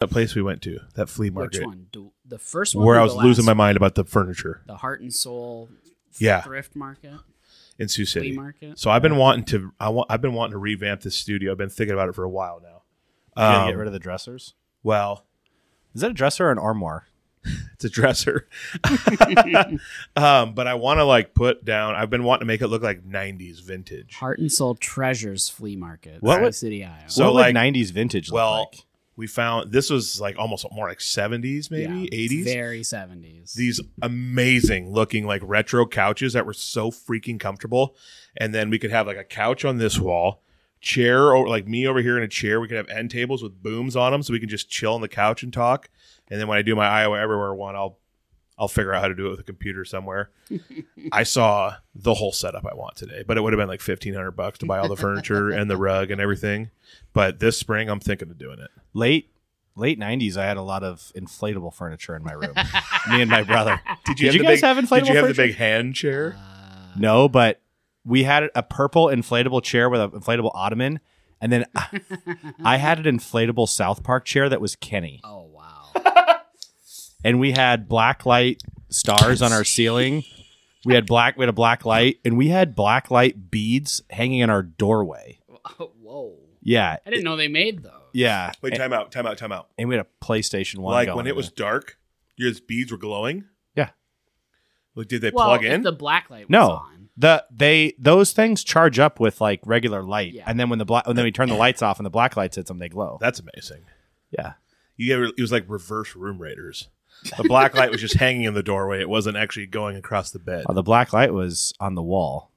that place we went to, that flea market, Which one? Do, the first one. where or I the was losing my last mind about the furniture one? The heart and soul. Yeah. Thrift market. in Sioux Flea City. market. So I've been wanting to, I want, I've been wanting to revamp this studio. I've been thinking about it for a while now. You gotta get Um, rid of the dressers. Well, Is that a dresser or an armoire? it's a dresser. um, but I want to like put down. I've been wanting to make it look like '90s vintage. Heart and Soul Treasures Flea Market, What Tri would- City, Iowa. So, what would, like- '90s vintage. Look Well, like? we found this was like almost more like '70s, maybe Yeah, '80s. very seventies. These amazing looking like retro couches that were so freaking comfortable, and then we could have like a couch on this wall, chair or like me over here in a chair. We could have end tables with booms on them, so we can just chill on the couch and talk. And then when I do my Iowa Everywhere one, I'll I'll figure out how to do it with a computer somewhere. I saw the whole setup I want today, but it would have been like fifteen hundred bucks to buy all the furniture and the rug and everything. But this spring, I'm thinking of doing it. late late '90s. I had a lot of inflatable furniture in my room. Me and my brother. Did Did you guys have inflatable Did you have the furniture? big hand chair? Uh, No, but we had a purple inflatable chair with an inflatable ottoman, and then I, I had an inflatable South Park chair that was Kenny, Oh wow! and we had black light stars on our ceiling. We had black. We had a black light, and we had black light beads hanging in our doorway. Whoa! Yeah, I didn't know they made those. yeah. Wait, time out, time out, time out. and we had a PlayStation One. like going when it was dark, your beads were glowing. Yeah. Like, did they Well, plug if in? the black light. Was No. on. the they those things charge up with like regular light, Yeah. and then when the black when then we turn the lights off and the black lights hits them, they glow. That's amazing. yeah, You ever, it was like reverse room raiders. The black light was just hanging in the doorway. It wasn't actually going across the bed. Well, the black light was on the wall,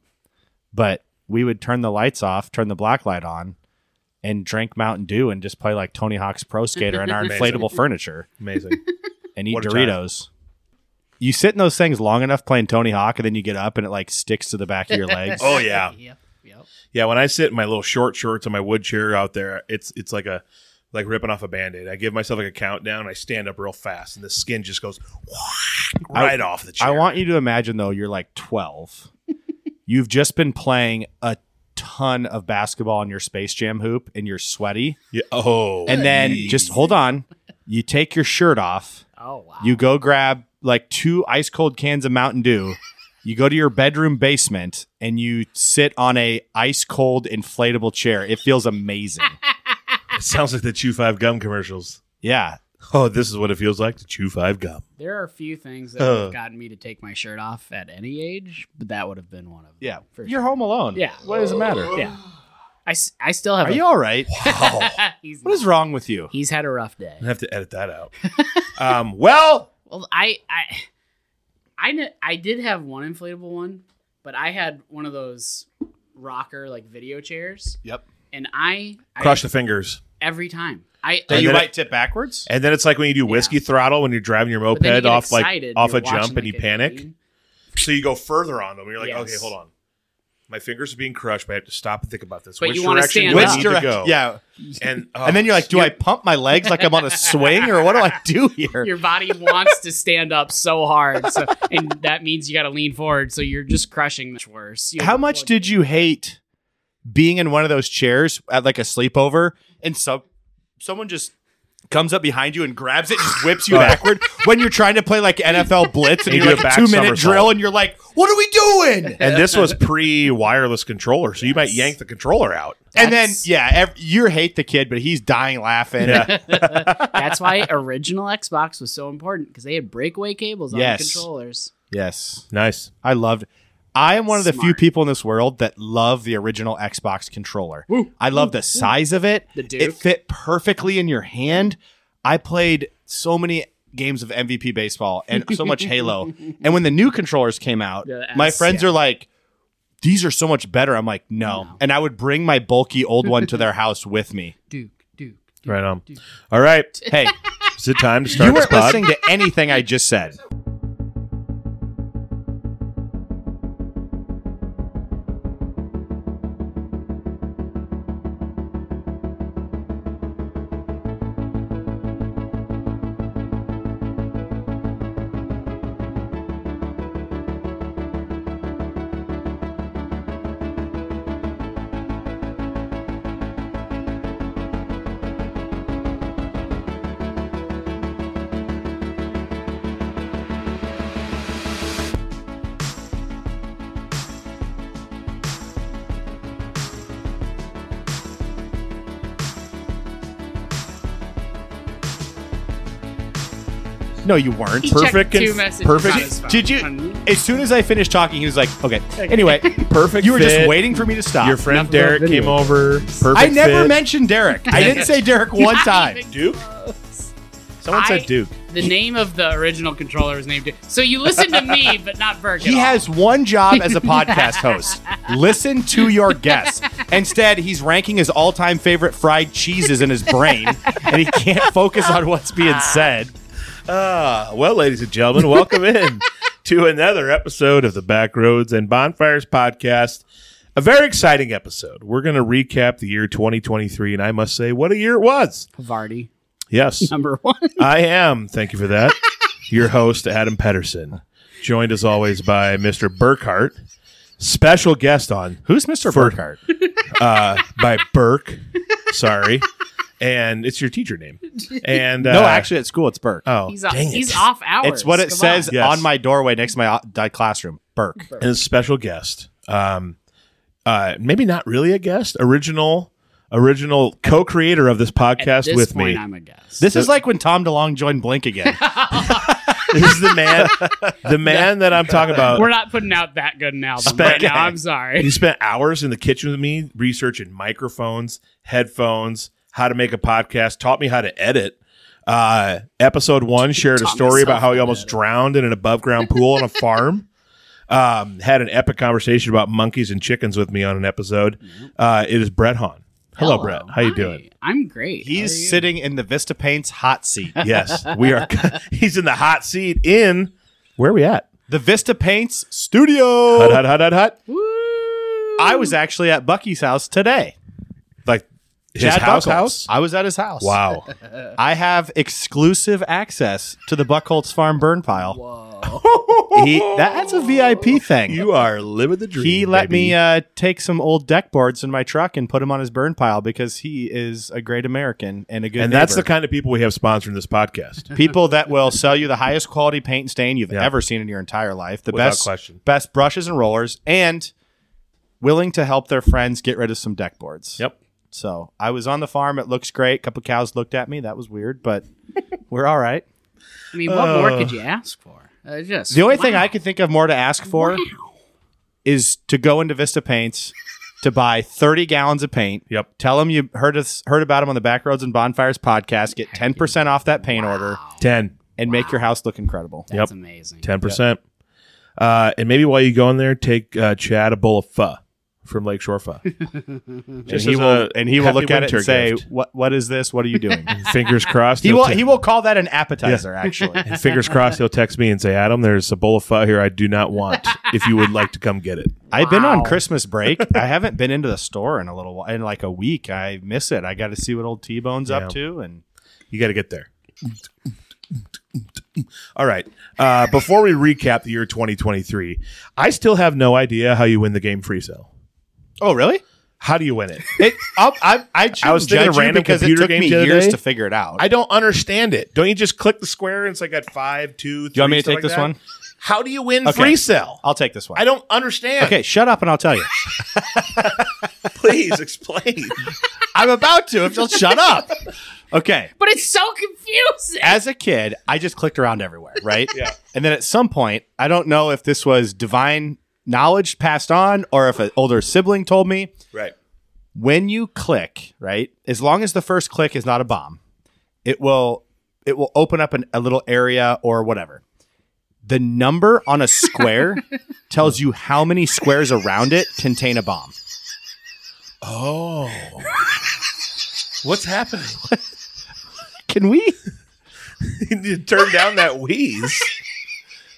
but we would turn the lights off, turn the black light on, and drink Mountain Dew and just play like Tony Hawk's Pro Skater in our Amazing. inflatable furniture Amazing. and eat What a time. Doritos. You sit in those things long enough playing Tony Hawk, and then you get up and it like sticks to the back of your legs. Oh, yeah. Yep. Yep. yeah, when I sit in my little short shorts on my wood chair out there, it's it's like a like ripping off a band-aid. I give myself like a countdown, I stand up real fast, and the skin just goes right off the chair. I want you to imagine though, you're like 12. You've just been playing a ton of basketball in your Space Jam hoop, and you're sweaty. Yeah. Oh. And then just hold on. You take your shirt off. Oh wow! You go grab like two ice cold cans of Mountain Dew. You go to your bedroom basement and you sit on a ice cold inflatable chair. It feels amazing. It sounds like the Chew Five gum commercials. Yeah. Oh, this is what it feels like to chew five gum. there are a few things that Uh. have gotten me to take my shirt off at any age, but that would have been one of them. Yeah. for sure. You're home alone. Yeah. What does it matter? Yeah. I, s- I still have. Are a- you all right? Wow. He's What is not. wrong with you? He's had a rough day. I have to edit that out. um, well, Well, I I I kn- I did have one inflatable one, but I had one of those rocker like video chairs, Yep. and I, I crush the fingers. every time. I So And you then might tip backwards? And then it's like when you do whiskey throttle when you're driving your but then you moped get off excited, like off you're a jump watching, and you like, a panic. game. So you go further on them. You're like, Yes. okay, hold on. My fingers are being crushed, but I have to stop and think about this. But Which you wanna direction stand do I up. need Which to direct- go? Yeah. And, oh, And then you're like, do you- I pump my legs like I'm on a swing or what do I do here? Your body wants to stand up so hard, so, and that means you got to lean forward. So you're just crushing much worse. You How much did you hate being in one of those chairs at like a sleepover and so someone just comes up behind you and grabs it and just whips you Right. backward when you're trying to play like NFL blitz and, And you you're do a back like a 2 minute somersault. drill and you're like what are we doing? And this was pre wireless controller, so you might Yes. yank the controller out. and then That's- yeah, ev- you hate the kid but he's dying laughing. That's why original Xbox was so important because they had breakaway cables on Yes. the controllers. Yes. Nice. I loved I am one of the few Smart. people in this world that love the original Xbox controller. I love the size of it. The Duke. It fit perfectly in your hand. I played so many games of MVP baseball and so much Halo. And when the new controllers came out, Yeah, the my S, friends yeah. are like, these are so much better. I'm like, no. And I would bring my bulky old one to their house with me. Duke, Duke. Duke. Right on. All right. Hey, Is it time to start you this weren't pod? listening to anything I just said. No, you weren't. He Per- checked Perfect two conf- messages perfect- on his phone. Did you- On- As soon as I finished talking, he was like, okay. Anyway, Perfect. you were just fit. waiting for me to stop. Your friend Enough about Derek video. came over. Perfect. I never fit. mentioned Derek. I didn't say Derek one Not time. even Duke? close. Someone I- said Duke. The name of the original controller was named. So you listen to me, but not Burke. He has one job as a podcast host. Listen to your guests. Instead, he's ranking his all-time favorite fried cheeses in his brain, and he can't focus on what's being said. Ah, well, ladies and gentlemen, welcome in to another episode of the Backroads and Bonfires podcast. A very exciting episode. We're going to recap the year 2023, and I must say, what a year it was. Vardy Yes, number one. I am. Thank you for that. Your host, Adam Pedersen, joined as always by Mr. Burkhart, special guest on Who's Mr. For- Burkhart? uh, by Burke. Sorry. And it's your teacher name. And uh, no, actually, at school it's Burke. oh, He's off, dang it. he's off hours. it's what it Come says on. Yes. on my doorway next to my, my classroom. Burke. and a special guest. Um, uh, maybe not really a guest. Original, original co-creator of this At podcast this with point, me. I'm a guest. This is like when Tom DeLong joined Blink again. this is the man, the man that I'm talking about. We're not putting out that good an album Spec- right now. I'm sorry. He spent hours in the kitchen with me researching microphones, headphones, how to make a podcast, taught me how to edit. Uh, episode one shared a Taught story about myself how he how to almost edit. drowned in an above ground pool on a farm. Um, had an epic conversation about monkeys and chickens with me on an episode. Uh, it is Brett Hahn. Hello, Brett. How you Hi. doing? I'm great. How are you? He's sitting in the Vista Paints hot seat. Yes, we are. he's in the hot seat in where are we at? The Vista Paints Hut, studio. hut, hut, hut, hut. Woo. I was actually at Bucky's house today. Like his Chad house, Buckholz. house. I was at his house. Wow. I have exclusive access to the Buckholz Farm burn pile. Whoa. He, that's a VIP thing. You are living the dream. he let baby. me uh, take some old deck boards in my truck and put them on his burn pile because he is a great American and a good. and that's the neighbor. kind of people we have sponsoring this podcast. people that will sell you the highest quality paint and stain you've Yeah. ever seen in your entire life, the Without best question. best brushes and rollers, and willing to help their friends get rid of some deck boards. yep. So I was on the farm. It looks great. A couple cows looked at me. That was weird, but we're all right. I mean, what more Uh. could you ask for? Uh, just The only thing wow. I could think of more to ask for Wow. is to go into Vista Paints to buy 30 gallons of paint. Yep. Tell them you heard us heard about them on the Backroads and Bonfires podcast. Get 10% off that paint order Ten. and make your house look incredible. That's amazing. Ten percent. Uh, and maybe while you go in there, take uh, Chad a bowl of pho from Lakeshore Pho. Just and he as will a and he will happy look at it winter and say, gift. "What what is this? What are you doing?" fingers crossed. he he'll will te- he will call that an appetizer actually. and fingers crossed he'll text me and say, Adam, there's a bowl of pho here I do not want. If you would like to come get it. I've been on Wow. Christmas break. I haven't been into the store in a little while in like a week. I miss it. I got to see what old T-Bone's Yeah. up to and You got to get there. All right. Uh, before we recap the year 2023, I still have no idea how you win the game free sale. Oh, really? How do you win it? It, I'll, I, I, shouldn't was thinking judge of you random because it computer took games me the other years day. to figure it out. I don't understand it. Don't you just click the square and it's like at five, two, three? you want me to stuff take like this that? one? How do you win Okay. free sell? I'll take this one. I don't understand. okay, shut up and I'll tell you. please explain. I'm about to. If you'll shut up. Okay. But it's so confusing. As a kid, I just clicked around everywhere, right? Yeah. And then at some point, I don't know if this was divine knowledge passed on or if an older sibling told me, right. when you click, right? As long as the first click is not a bomb, it will it will open up an, a little area or whatever. The number on a square tells you how many squares around it contain a bomb. Oh, what's happening? Can we? you turn down that wheeze.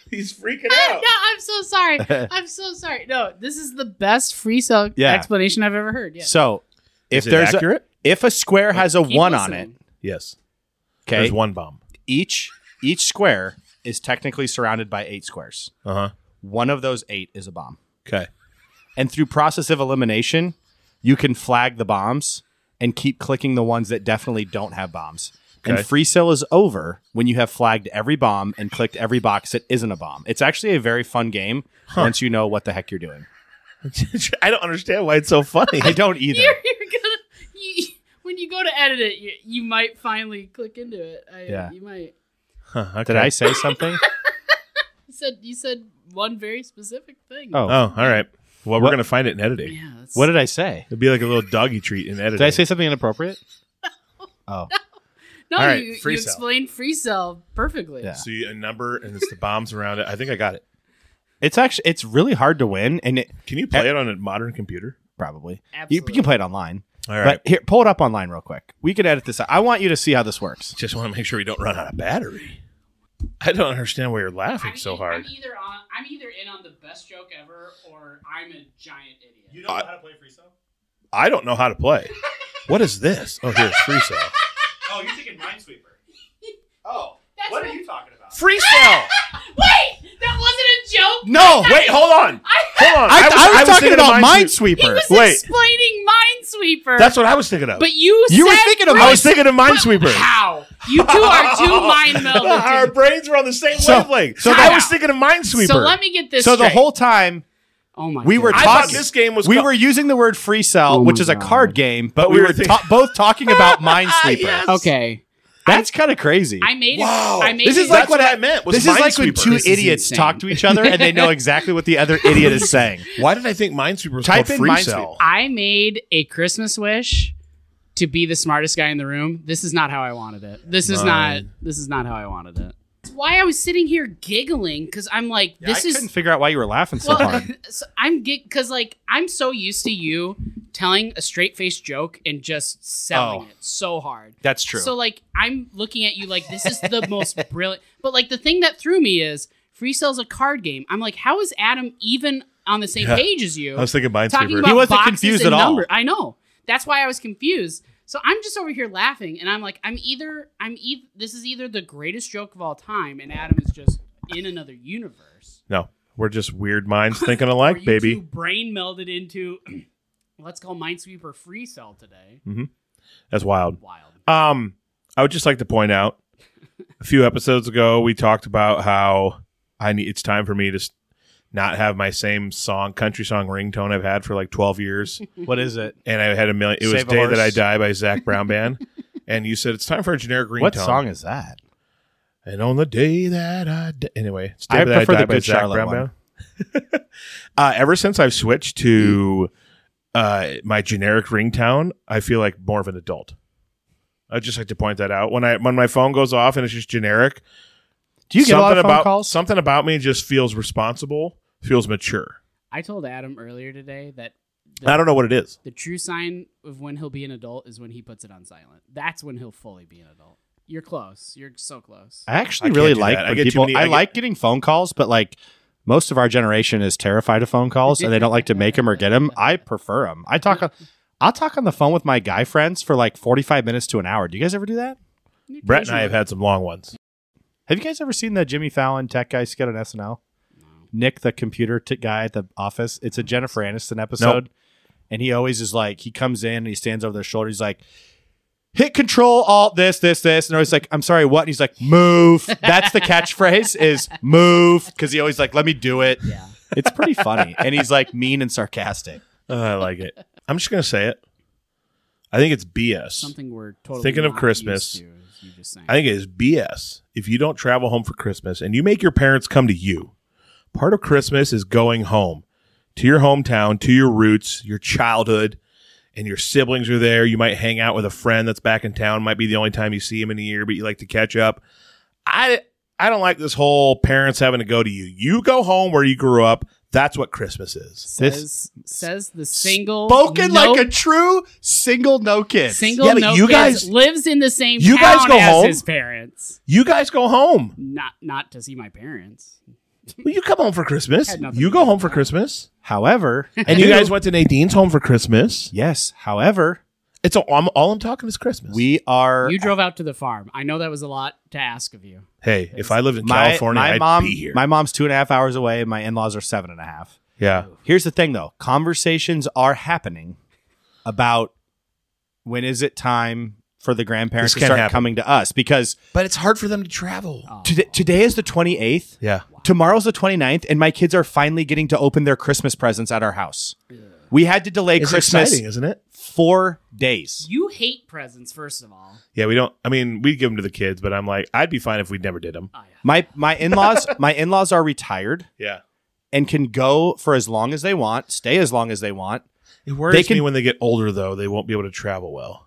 He's freaking no, I'm so sorry. I'm so sorry. No, this is the best free cell Yeah. explanation I've ever heard. Yeah. So, if Is it there's a, accurate? if a square has a Keep one on listening. it, yes. okay, There's one bomb. each each square is technically surrounded by eight squares. Uh huh. One of those eight is a bomb. Okay. And through process of elimination, you can flag the bombs and keep clicking the ones that definitely don't have bombs. Okay. And free sale is over when you have flagged every bomb and clicked every box that isn't a bomb. It's actually a very fun game once you know what the heck you're doing. I don't understand why it's so funny. I don't either. You're, you're gonna you, when you go to edit it, you, you might finally click into it. I, Yeah. You might. Huh, okay. Did I say something? You said you said one very specific thing. Oh. Oh, all right. Well, we're What- gonna find it in editing. yeah. That's, what did I say? It'd be like a little doggy treat in editing. Did I say something inappropriate? Oh, no, all right, you, free you cell. explained free cell perfectly. Yeah. See a number and it's the bombs around it. I think I got it. it's actually it's really hard to win, and it Can you play it on a modern computer? probably you, Absolutely. you can play it online. All right. But here, pull it up online real quick. We can edit this. out. I want you to see how this works. Just want to make sure we don't run out of battery. I don't understand why you're laughing I'm so e- hard. I'm either on, I'm either in on the best joke ever, or I'm a giant idiot. You don't know how to play freestyle? I don't know how to play. What is this? Oh, here's freestyle. Oh, you're thinking Minesweeper. Oh, That's what are not- you talking about? Freestyle. Wait, that wasn't a joke. No, wait. Oh, Wait, hold on. I, Hold on. I, I, was, talking thinking of about Minesweep- he Minesweeper. was Wait. explaining Minesweeper. That's what I was thinking of. but you. You were said thinking of I free- was thinking of Minesweeper. How you two are two mind Our melded. dude. brains were on the same So- wavelength. so So that- I was thinking of Minesweeper. So let me get this. So the straight. whole time Oh my. we were I God. thought talking- this game was we called- were using the word free cell, Oh which my is a God. card game, but we, we were were thinking- ta- both talking about Minesweeper. Yes. okay. That's kind of crazy. I made Wow. it. I made This it. is like That's what what I- I meant. Was this is like when Minesweeper. two This is idiots insane. talk to each other and they know exactly what the other idiot is saying. Why did I think Minesweeper was Type called in Free Minesweeper. Cell? I made a Christmas wish to be the smartest guy in the room. This is not how I wanted it. This is not. Mine. This is not how I wanted it. It's why I was sitting here giggling because I'm like, Yeah, this I is couldn't figure out why you were laughing so well, hard. so I'm because like I'm so used to you telling a straight face joke and just selling Oh. it so hard. That's true. So like I'm looking at you like this is the most brilliant. But like the thing that threw me is free cell's a card game. I'm like, how is Adam even on the same Yeah. page as you? I was thinking talking Minesweeper. about He wasn't boxes confused and at all. number- I know. That's why I was confused. So I'm just over here laughing, and I'm like, I'm either, I'm either, this is either the greatest joke of all time, and Adam is just in another universe. no, we're just weird minds thinking Or alike, you baby. two brain melded into, let's call Minesweeper Free Cell today. That's wild. Wild. Um, I would just like to point out a few episodes ago we talked about how I need it's time for me to s- not have my same song country song ringtone I've had for like 12 years what is it? and I had a million it was Save a Day That I Horse. Die by Zach Brown Band and you said it's time for a generic ringtone. What song is that? And on the day that I di- anyway, it's day I that I prefer die the by Good Zach Charlotte Brown one. Band. uh, ever since I've switched to uh, my generic ringtone, I feel like more of an adult. I'd just like to point that out when I when my phone goes off and it's just generic. Do you get a lot of phone about calls? something about me just feels responsible, feels mature. I told Adam earlier today that the, I don't know what it is. the true sign of when he'll be an adult is when he puts it on silent. That's when he'll fully be an adult. You're close. You're so close. I actually I can't really do like that. I when get too people. many- I, I get- like getting phone calls, but like most of our generation is terrified of phone calls and they don't like to make them or get them. I prefer them. I talk. On, I'll talk on the phone with my guy friends for like forty-five minutes to an hour. Do you guys ever do that? Brett and I have had some long ones. Have you guys ever seen the Jimmy Fallon tech guy skit on SNL? Nick, the computer t- guy at the office. It's a Jennifer Aniston episode, and he always is like, he comes in and he stands over their shoulder. He's like, hit Control Alt this this this, and they're always like, I'm sorry, what? And he's like, move. That's the catchphrase is move because he always like, let me do it. Yeah. It's pretty funny, and he's like mean and sarcastic. Uh, I like it. I'm just gonna say it. I think it's BS. something we're totally Thinking of not Christmas. used to, as you just saying. I think it is BS. If you don't travel home for Christmas and you make your parents come to you, part of Christmas is going home to your hometown, to your roots, your childhood, and your siblings are there. You might hang out with a friend that's back in town. Might be the only time you see him in a year, but you like to catch up. I I don't like this whole parents having to go to you. You go home where you grew up. That's what Christmas is. says says the single Spoken no, like a true single no kid. Oh, single. Yeah, but no you kid guys- lives in the same. you guys town go as home? His parents, You guys go home. not not to see my parents. Well, you come home for Christmas. Had nothing You to go do home with for that. Christmas. However, And you guys went to Nadine's home for Christmas. yes. However, It's all, I'm, all I'm talking is Christmas. we Er, are You drove out to the farm. I know that was a lot to ask of you. Hey, if I lived in my, California, my I'd mom, be here. My mom's two and a half hours away. and My in laws are seven and a half. yeah, Here's the thing, though conversations are happening about when is it time for the This grandparents to can't start happen. coming to us because but it's hard for them to travel. Oh. today, today is the 28th. Yeah, Tomorrow's the 29th, and my kids are finally getting to open their Christmas presents at our house. We had to delay It's Christmas exciting, isn't it? four days. You hate presents, first of all. Yeah, we don't. I mean, we give them to the kids, but I'm like, I'd be fine if we never did them. Oh, yeah. My my in laws my in laws are retired Yeah, and can go for as long as they want, stay as long as they want. it worries They can- me when they get older, though. They won't be able to travel well.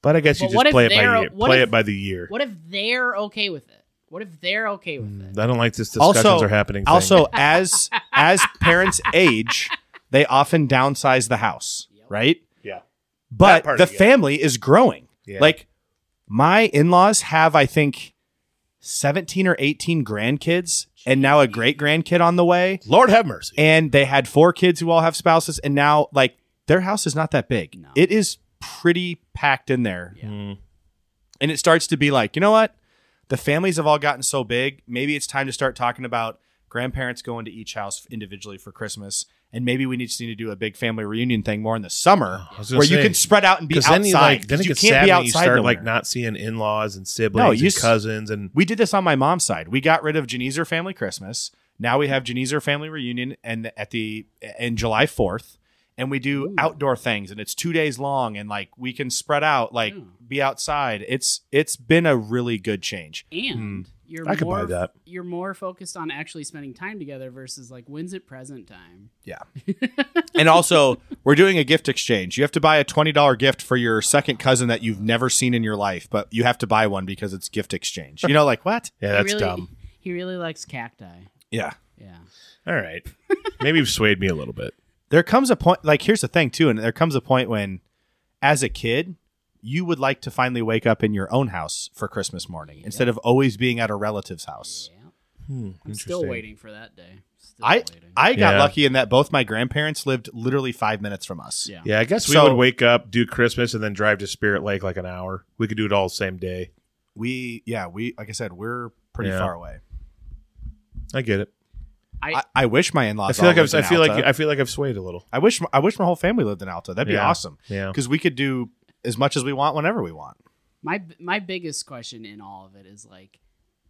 But I guess you But just what if play it by they're- year. what Play if- it by the year. What if they're okay with it? What if they're okay with it? I don't like this discussions Also- are happening. thing. Also, as as parents age, they often downsize the house, Yep. right? Yeah. That But part the I get. family is growing. Yeah. Like my in-laws have, I think, 17 or 18 grandkids and now a great grandkid on the way. Lord have mercy. And they had four kids who all have spouses, and now like their house is not that big. No. It is pretty packed in there. Yeah. Mm. And it starts to be like, you know what? The families have all gotten so big. Maybe it's time to start talking about grandparents going to each house individually for Christmas. And maybe we just need to do a big family reunion thing more in the summer I was gonna where you say, can spread out and be 'cause outside. then you like then 'cause it you gets can't sad be when you outside. start in the like winter. not seeing in laws and siblings you and s- cousins and we did this on my mom's side. We got rid of Janizer family Christmas. Now we have Janizer family reunion and at the in July 4th and we do Ooh. outdoor things and it's 2 days long and like we can spread out like Yeah. Hmm. be outside. It's it's been a really good change. And you're I could more buy that. you're more focused on actually spending time together versus like when's it present time? and also, we're doing a gift exchange. You have to buy a $20 gift for your second cousin that you've never seen in your life, but you have to buy one because it's gift exchange. You know like what? yeah, He that's really, dumb. He really likes cacti. Yeah. Yeah. All right, maybe you've swayed me a little bit. there comes a point like here's the thing too and there comes a point when as a kid you would like to finally wake up in your own house for christmas morning instead of always being at a relative's house Yeah. Hmm, I'm still interesting. waiting for that day. Still i waiting. i got Yeah. lucky in that both my grandparents lived literally five minutes from us yeah. Yeah, I guess we So- would wake up, do Christmas, and then drive to Spirit Lake like an hour. We could do it all the same day. we yeah we like i said we're pretty Yeah. far away I get it. i, I wish my in-laws I feel like I've, i I feel like I feel like I've swayed a little. i wish i wish my whole family lived in alta that'd be Yeah. awesome Yeah, because we could do as much as we want whenever we want My my biggest question in all of it is like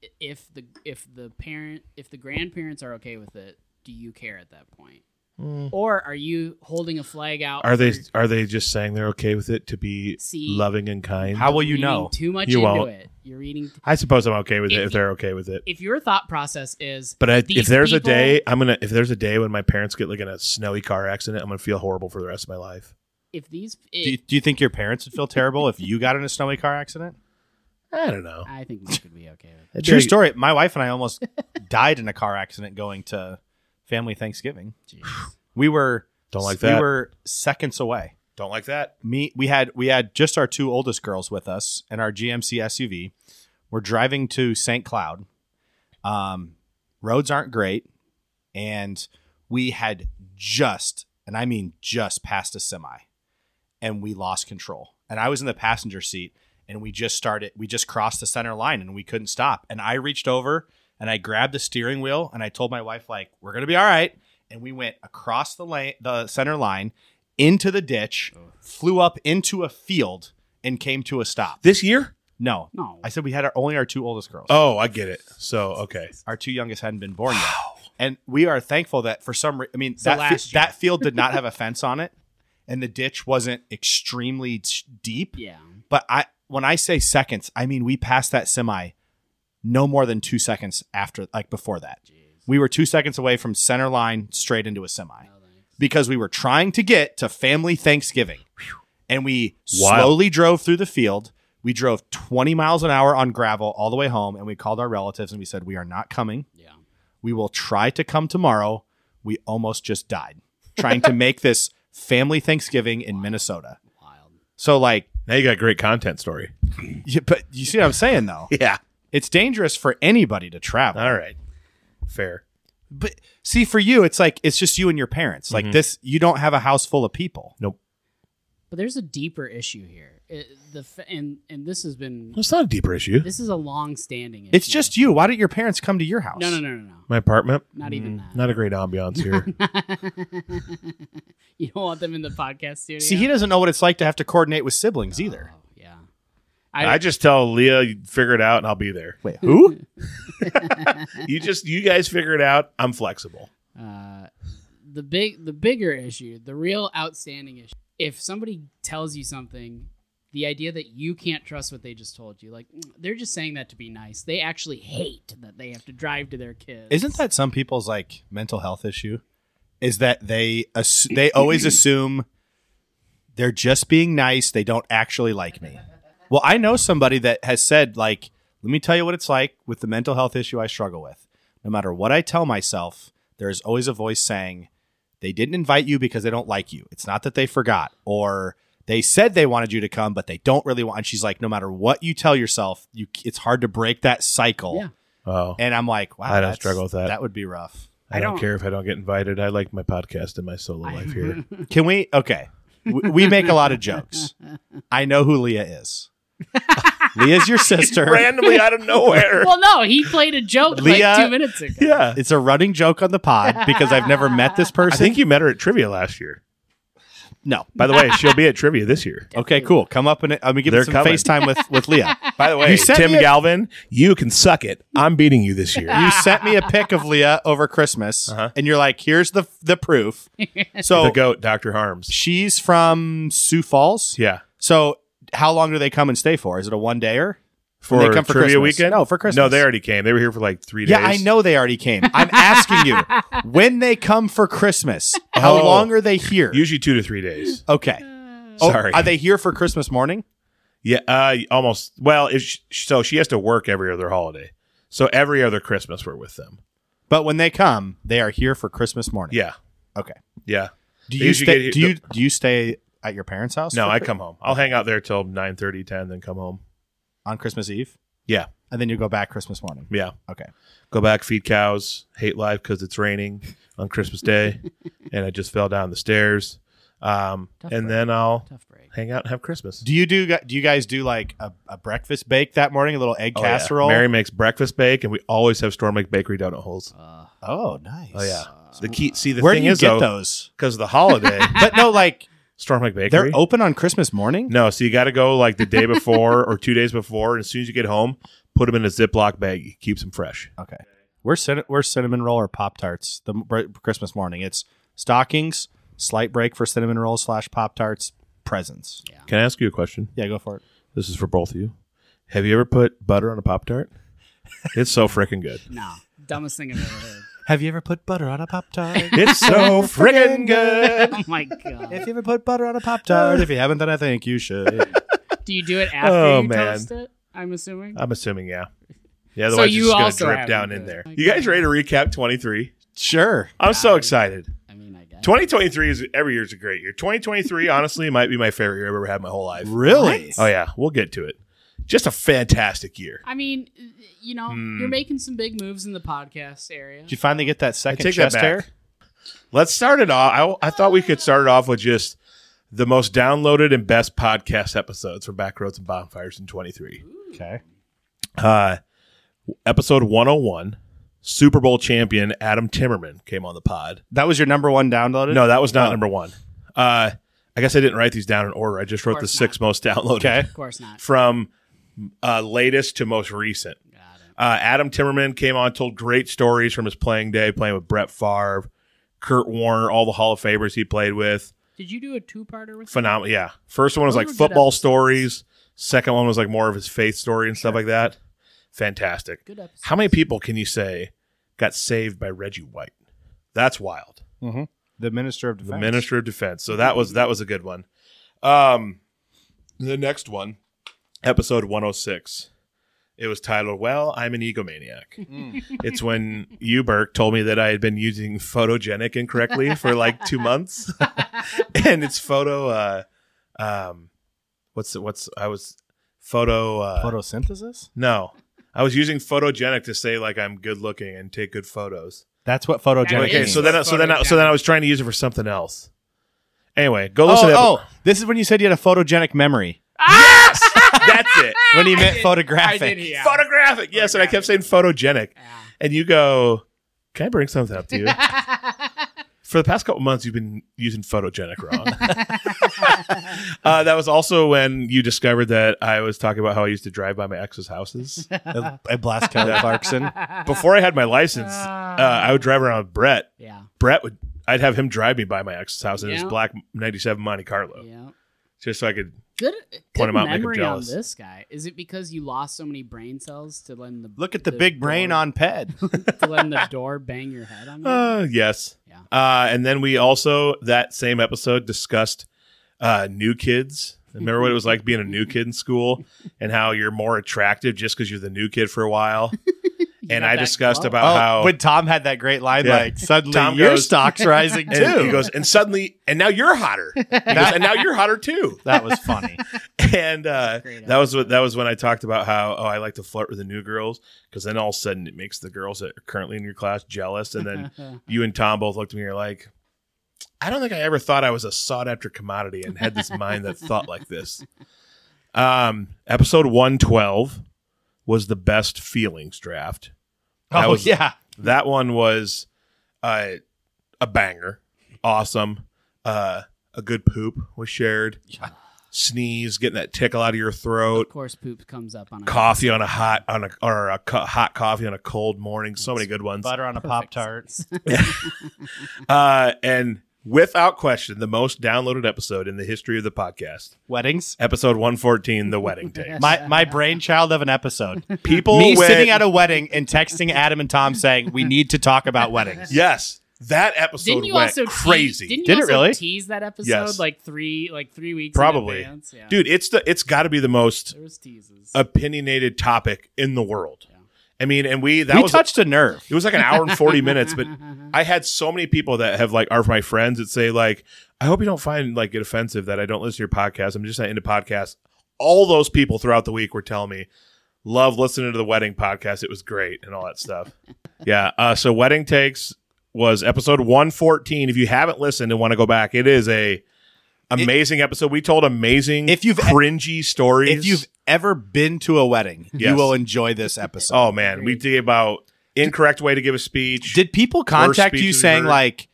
i- if the if the parent if the grandparents are okay with it, do you care at that point? Mm. Or are you holding a flag out? are they for are they just saying they're okay with it to be See. loving and kind? how will you reading know too much You into won't. it? You're reading. I suppose I'm okay with If it if you- they're okay with it. If your thought process is But I, if these there's people- a day, I'm gonna. If there's a day when my parents get like in a snowy car accident, I'm gonna feel horrible for the rest of my life. if these, do you, do you think your parents would feel terrible if you got in a snowy car accident I don't know. I think Mike would be okay with. it. True Like, story. My wife and I almost died in a car accident going to family Thanksgiving. Jeez. We were Don't like We that. were seconds away. Don't like that. Me, we had we had just our two oldest girls with us and our GMC SUV. We're driving to St. Cloud. Um, roads aren't great, and we had just, and I mean just, passed a semi, and we lost control. And I was in the passenger seat, and we just started, we just crossed the center line, and we couldn't stop. And I reached over and I grabbed the steering wheel, and I told my wife like, "We're gonna be all right." And we went across the lane, the center line, into the Oh. ditch, flew up into a field, and came to a stop. This year? No, No, I said we had our, only our two oldest girls. Oh, I get it. So okay. Our two youngest hadn't been born yet. And we are thankful that for some reason, I mean, So that, fi- last year. that field did not have a fence on it and the ditch wasn't extremely t- deep. yeah, But I, when I say seconds, I mean, we passed that semi no more than two seconds after, like before that. jeez. We were two seconds away from center line straight into a semi No, thanks. because we were trying to get to family Thanksgiving. And we Wow. slowly drove through the field. We drove 20 miles an hour on gravel all the way home. And we called our relatives and we said, We are not coming. Yeah, We will try to come tomorrow. We almost just died trying to make this family Thanksgiving in Minnesota. wild. So, like, Now you got great content story. you, but you see what I'm saying, though? Yeah. It's dangerous for anybody to travel. All right. Fair. But see, for you, it's like, it's just you and your parents. Like, this, you don't have a house full of people. Nope. But there's a deeper issue here. It, the fa- and and this has been That's not a deeper issue. this is a long-standing. Issue. It's just you. Why didn't your parents come to your house? no, no, no, no, no. My apartment. Mm, Not even that. Not a great ambiance here. you don't want them in the podcast studio. See, he doesn't know what it's like to have to coordinate with siblings either. Oh, yeah. I just tell Leah, you figure it out, and I'll be there. Wait, who? You just, you guys figure it out. I'm flexible. Uh, the big the bigger issue, the real outstanding issue. If somebody tells you something, the idea that you can't trust what they just told you, like "Mm, they're just saying that to be nice. They actually hate that they have to drive to their kids. Isn't that some people's like mental health issue? Is that they ass- they always assume they're just being nice. They don't actually like me. Well, I know somebody that has said like, "Let me tell you what it's like with the mental health issue I struggle with. No matter what I tell myself, there is always a voice saying they didn't invite you because they don't like you. It's not that they forgot or." They said they wanted you to come, but they don't really want. And she's like, no matter what you tell yourself, you it's hard to break that cycle. Yeah. Oh, And I'm like, wow, I don't that's- struggle with that. That would be rough. I, I don't, don't- care if I don't get invited. I like my podcast and my solo life here. Can we? Okay, we, we make a lot of jokes. I know who Leah is. Leah's your sister. Randomly out of nowhere. well, no, he played a joke Leah- like two minutes ago. yeah. It's a running joke on the pod because I've never met this I person. think you met her at trivia last year. no. By the way, she'll be at trivia this year. Okay, cool. Come up and uh, let me give They're you some coming. FaceTime with with Leah. By the way, You sent Tim me a- Galvin, you can suck it. I'm beating you this year. You sent me a pic of Leah over Christmas, Uh-huh. and you're like, "Here's the the proof." So the goat, Dr. Harms. she's from Sioux Falls. Yeah. So how long do they come and stay for? Is it a one day or? For they come for trivia Christmas. weekend? No, for Christmas. No, they already came. They were here for like three Yeah, I days. know they already came. I'm asking you when they come for Christmas. How Oh. long are they here? Usually two to three days. okay. Sorry. Oh, are they here for Christmas morning? Yeah, uh, almost. Well, if sh so she has to work every other holiday. So every other Christmas we're with them. But when they come, they are here for Christmas morning. Yeah. Okay. Yeah. Do They you usually get stay, here- do you do you stay at your parents' house? No, for I Chri- come home. I'll hang out there till 9 30, 10, then come home. on Christmas Eve, Yeah. and then you go back Christmas morning. Yeah. Okay. Go back, feed cows, hate life because it's raining on Christmas Day, and I just fell down the stairs. Um, Tough and break. then I'll Tough break. hang out and have Christmas. Do you do gu- do you guys do like a, a breakfast bake that morning? A little egg Oh, yeah. casserole. Mary makes breakfast bake, and we always have Storm Lake Bakery donut holes. Uh, oh, nice. Oh yeah. The key. See, the Where do thing you is get though, those? because of the holiday, But no, like Storm Lake Bakery. they're open on Christmas morning. No, so you got to go like the day before or two days before, and as soon as you get home, put them in a Ziploc bag. Keeps them fresh. Okay. We're cin- we're cinnamon roll or pop tarts the m- br- Christmas morning. It's stockings, slight break for cinnamon roll slash pop tarts, presents. Can I ask you a question? Yeah, go for it. This is for both of you. Have you ever put butter on a pop tart? It's so freaking good. nah, dumbest thing I've ever heard. Have you ever put butter on a pop tart? It's so freaking good. Oh my god! if you ever put butter on a pop tart, if you haven't, then I think you should. Do you do it after Oh, you man. toast it? I'm assuming. Uh, I'm assuming, yeah. Yeah, otherwise you it's just also gonna drip have down it. in there. Okay. You guys ready to recap 23? sure. I'm so excited. I mean, I guess. 2023 is every year is a great year. 2023 honestly might be my favorite year I've ever had in my whole life. Really? Oh yeah, we'll get to it. Just a fantastic year. I mean, you know, Hmm. you're making some big moves in the podcast area. Did you finally get that I second take that chest back. hair? Let's start it off. I, I thought we could start it off with just the most downloaded and best podcast episodes from Backroads and Bonfires in 23. Okay. Uh, episode 101, Super Bowl champion Adam Timmerman came on the pod. That was your number one downloaded? No, that was not Oh. number one. Uh, I guess I didn't write these down in order. I just wrote the course six most downloaded Okay. Of course not. from uh, latest to most recent. Got it. Uh, Adam Timmerman came on, told great stories from his playing day, playing with Brett Favre, Kurt Warner, all the Hall of Famers he played with. Did you do a two-parter with? Phenomenal. Yeah. First one was Those like were good football episodes. stories. Second one was like more of his faith story and stuff like that. Fantastic. Good episode. How many people can you say got saved by Reggie White? That's wild. Mm-hmm. The Minister of The Defense. Minister of Defense. So that was that was a good one. Um, the next one, episode 106. It was titled "Well, I'm an egomaniac." it's when you Burke told me that I had been using photogenic incorrectly for like two months, and it's photo. Uh, um, what's the, what's I was photo. Uh, Photosynthesis? No, I was using photogenic to say like I'm good looking and take good photos. That's what photogenic Okay, means. so then, so then, I, so then I was trying to use it for something else. Anyway, go listen. to oh, oh, this is when you said you had a photogenic memory. epi- that's it. when he meant did- photographic. I did, yeah. Photographic, yes. And I kept saying photogenic, and you go, "Can I bring something up to you?" for the past couple months, you've been using photogenic wrong. uh, that was also when you discovered that I was talking about how I used to drive by my ex's houses. I, I blast Kelly Clarkson. Before I had my license, uh, I would uh, drive around with Brett. yeah. Brett would I'd have him drive me by my ex's house in his Yeah. black '97 Monte Carlo, Yeah. just so I could. Good, good Point him out, make him memory on jealous. this guy. Is it because you lost so many brain cells to letting the Look at the, big brain door- on Ped. to letting the door bang your head on you? Uh, yes. Yeah. Uh, and then we also that same episode discussed uh, new kids. Remember what it was like being a new kid in school, and how you're more attractive just because you're the new kid for a while. You and got I that discussed glow. about Oh, how when Tom had that great line, Yeah. like suddenly Tom your goes- stock's rising too. and he goes, and suddenly, and now you're hotter, He goes, and now you're hotter too. that was funny. And uh, Great that was what that was when I talked about how oh I like to flirt with the new girls because then all of a sudden it makes the girls that are currently in your class jealous, and then you and Tom both looked at me and you're like, I don't think I ever thought I was a sought after commodity and had this mind that thought like this. Um, episode 112 was the best feelings draft. That oh was- yeah, That one was uh, a banger. Awesome. Uh, a good poop was shared. Sneeze, getting that tickle out of your of throat. course, poop comes up on a Coffee on a hot on a or a co- hot coffee on a cold morning. So many good ones. butter on a pop tart. Uh, and without question, the most downloaded episode in the history of the podcast. Weddings. Episode 114, The Wedding Day. My my brainchild of an episode. People Me went- sitting at a wedding and texting Adam and Tom saying we need to talk about weddings. Yes, that episode Didn't you went also te- crazy. didn't you Did it also really? tease that episode Yes. like three like three weeks? in Probably. advance? Yeah. Dude, it's the it's got to be the most There was teases. Uh, opinionated topic in the world. Yeah. I mean, and we that we was touched a nerve. it was like an hour and 40 minutes, but I had so many people that have like are my friends that say like, I hope you don't find like it offensive that I don't listen to your podcast. I'm just not into podcasts. All those people throughout the week were telling me, love listening to the wedding podcast. It was great and all that stuff. yeah. Uh, so wedding takes was episode 114. If you haven't listened and want to go back, it is a amazing episode. We told amazing If you've- e cringy stories. If you've ever been to a wedding, you Yes. will enjoy this episode. oh man, we did about incorrect way to give a speech. Did people contact speech you we've saying heard. like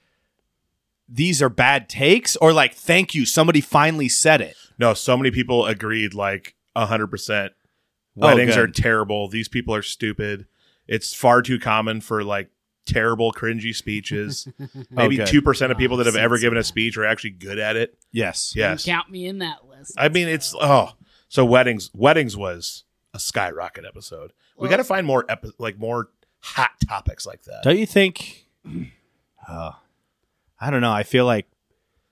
these are bad takes or like thank you somebody finally said it? No, so many people agreed like 100%. Weddings good. are terrible. These people are stupid. It's far too common for like terrible cringy speeches. Maybe good. 2% of people Oh, that have ever sense given a bad. speech are actually good at it. Yes. Yes. count me in that list. I mean, it's oh, so weddings weddings was a skyrocket episode. we Well- got to find more epi- like more hot topics like that. Don't you think? Uh, I don't know. I feel like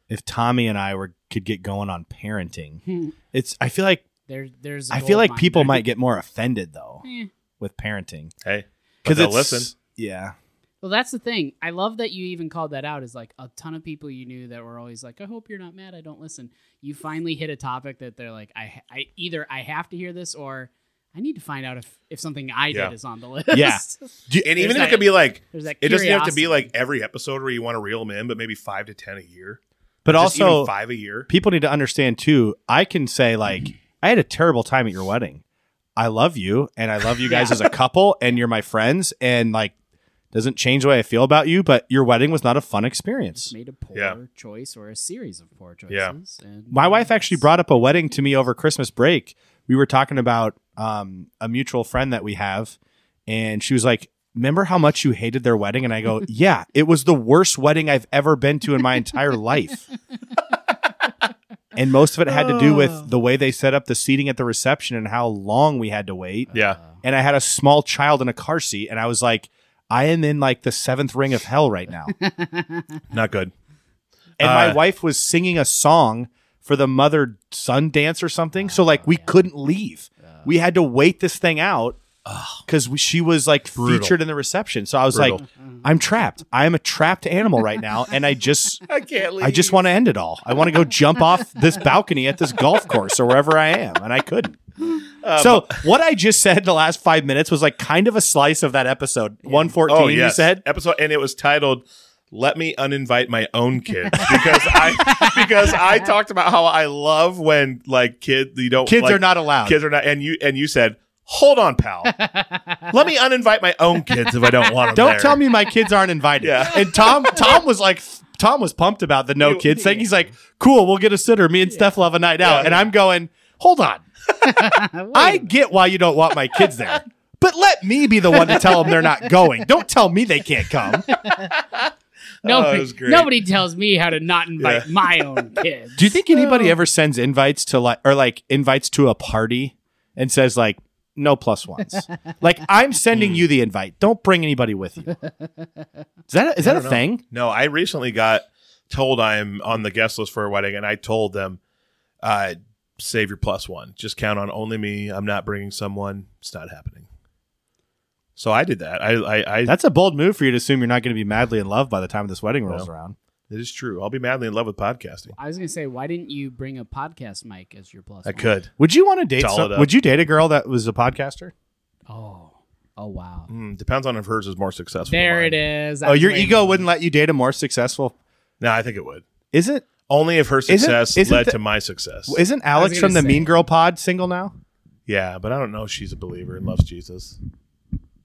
if Tommy and I were could get going on parenting, it's. I feel like hmm, there, there's. I I feel like people might get more offended though Eh, with parenting Hey. But they'll listen. Yeah, Well, that's the thing. I love that you even called that out. Is like a ton of people you knew that were always like, "I hope you're not mad. I don't listen." You finally hit a topic that they're like, "I, I either I have to hear this or." I need to find out if, if something I did Yeah. is on the list. Yeah. And even if that- it could be like There's that it doesn't have to be curiosity. like every episode where you want to reel them in, but maybe 5 to 10 a year. but Just even also 5 a year. people need to understand too. I can say like I had a terrible time at your wedding. I love you, and I love you guys as a couple, and you're my friends, and like doesn't change the way I feel about you. But your wedding was not a fun experience. made a poor Yeah. choice or a series of poor choices. Yeah. And My wife actually brought up a wedding to me over Christmas break. We were talking about um, a mutual friend that we have, and she was like, "Remember how much you hated their wedding?" And I go, "Yeah, it was the worst wedding I've ever been to in my entire life." and most of it had to do with the way they set up the seating at the reception and how long we had to wait. Yeah. And I had a small child in a car seat, and I was like, "I am in like the seventh ring of hell right now." Not good. and my Uh, wife was singing a song for the mother son dance or something. So like we couldn't leave. we had to wait this thing out because she was like Brutal. featured in the reception. So I was Brutal. like, I'm trapped. I am a trapped animal right now, and I just I can't leave. I just want to end it all. I want to go jump off this balcony at this golf course or wherever I am, and I couldn't. Uh, so what I just said the last five minutes was like kind of a slice of that episode. One fourteen, Oh, yes. you said. episode, and it was titled "Let Me Uninvite My Own Kids" because I because I talked about how I love when like kid you don't Kids Oh, like, are not allowed. kids are not and you and you said hold on pal let me uninvite my own kids if I don't want them. Don't there." tell me my kids aren't invited. Yeah. And Tom Tom was like Tom was pumped about the no You- kids thing. He's like, cool, we'll get a sitter. Me and Steph will have a night out. Yeah. And I'm going, hold on. I uh, Wait. get why you don't want my kids there. But let me be the one to tell them they're not going. Don't tell me they can't come. Oh, it Nobody, was great. nobody tells me how to not invite my own kids. Do you think anybody ever sends invites to like or like invites to a party and says like no plus ones? like I'm sending you the invite. Don't bring anybody with you. Is that a, is that a thing? No, I recently got told I'm on the guest list for a wedding, and I told them, uh, "Save your plus one. Just count on only me. I'm not bringing someone. It's not happening." So I did that. I, I, I That's a bold move for you to assume you're not going to be madly in love by the time this wedding rolls No. around. it is true. I'll be madly in love with podcasting. I was gonna say, why didn't you bring a podcast mic as your plus? I one? could. Would you want to date? Doll some- it up. would you date a girl that was a podcaster? Oh, oh wow. Mm, depends on if hers is more successful. There it is. Oh, your That's ego wouldn't let you date a more successful. No, I think it would. Is it? Only if her Isn't- success isn't led the- to my success. Isn't Alex gonna from the say. Mean Girl Pod single now? yeah, but I don't know if she's a believer and loves Jesus.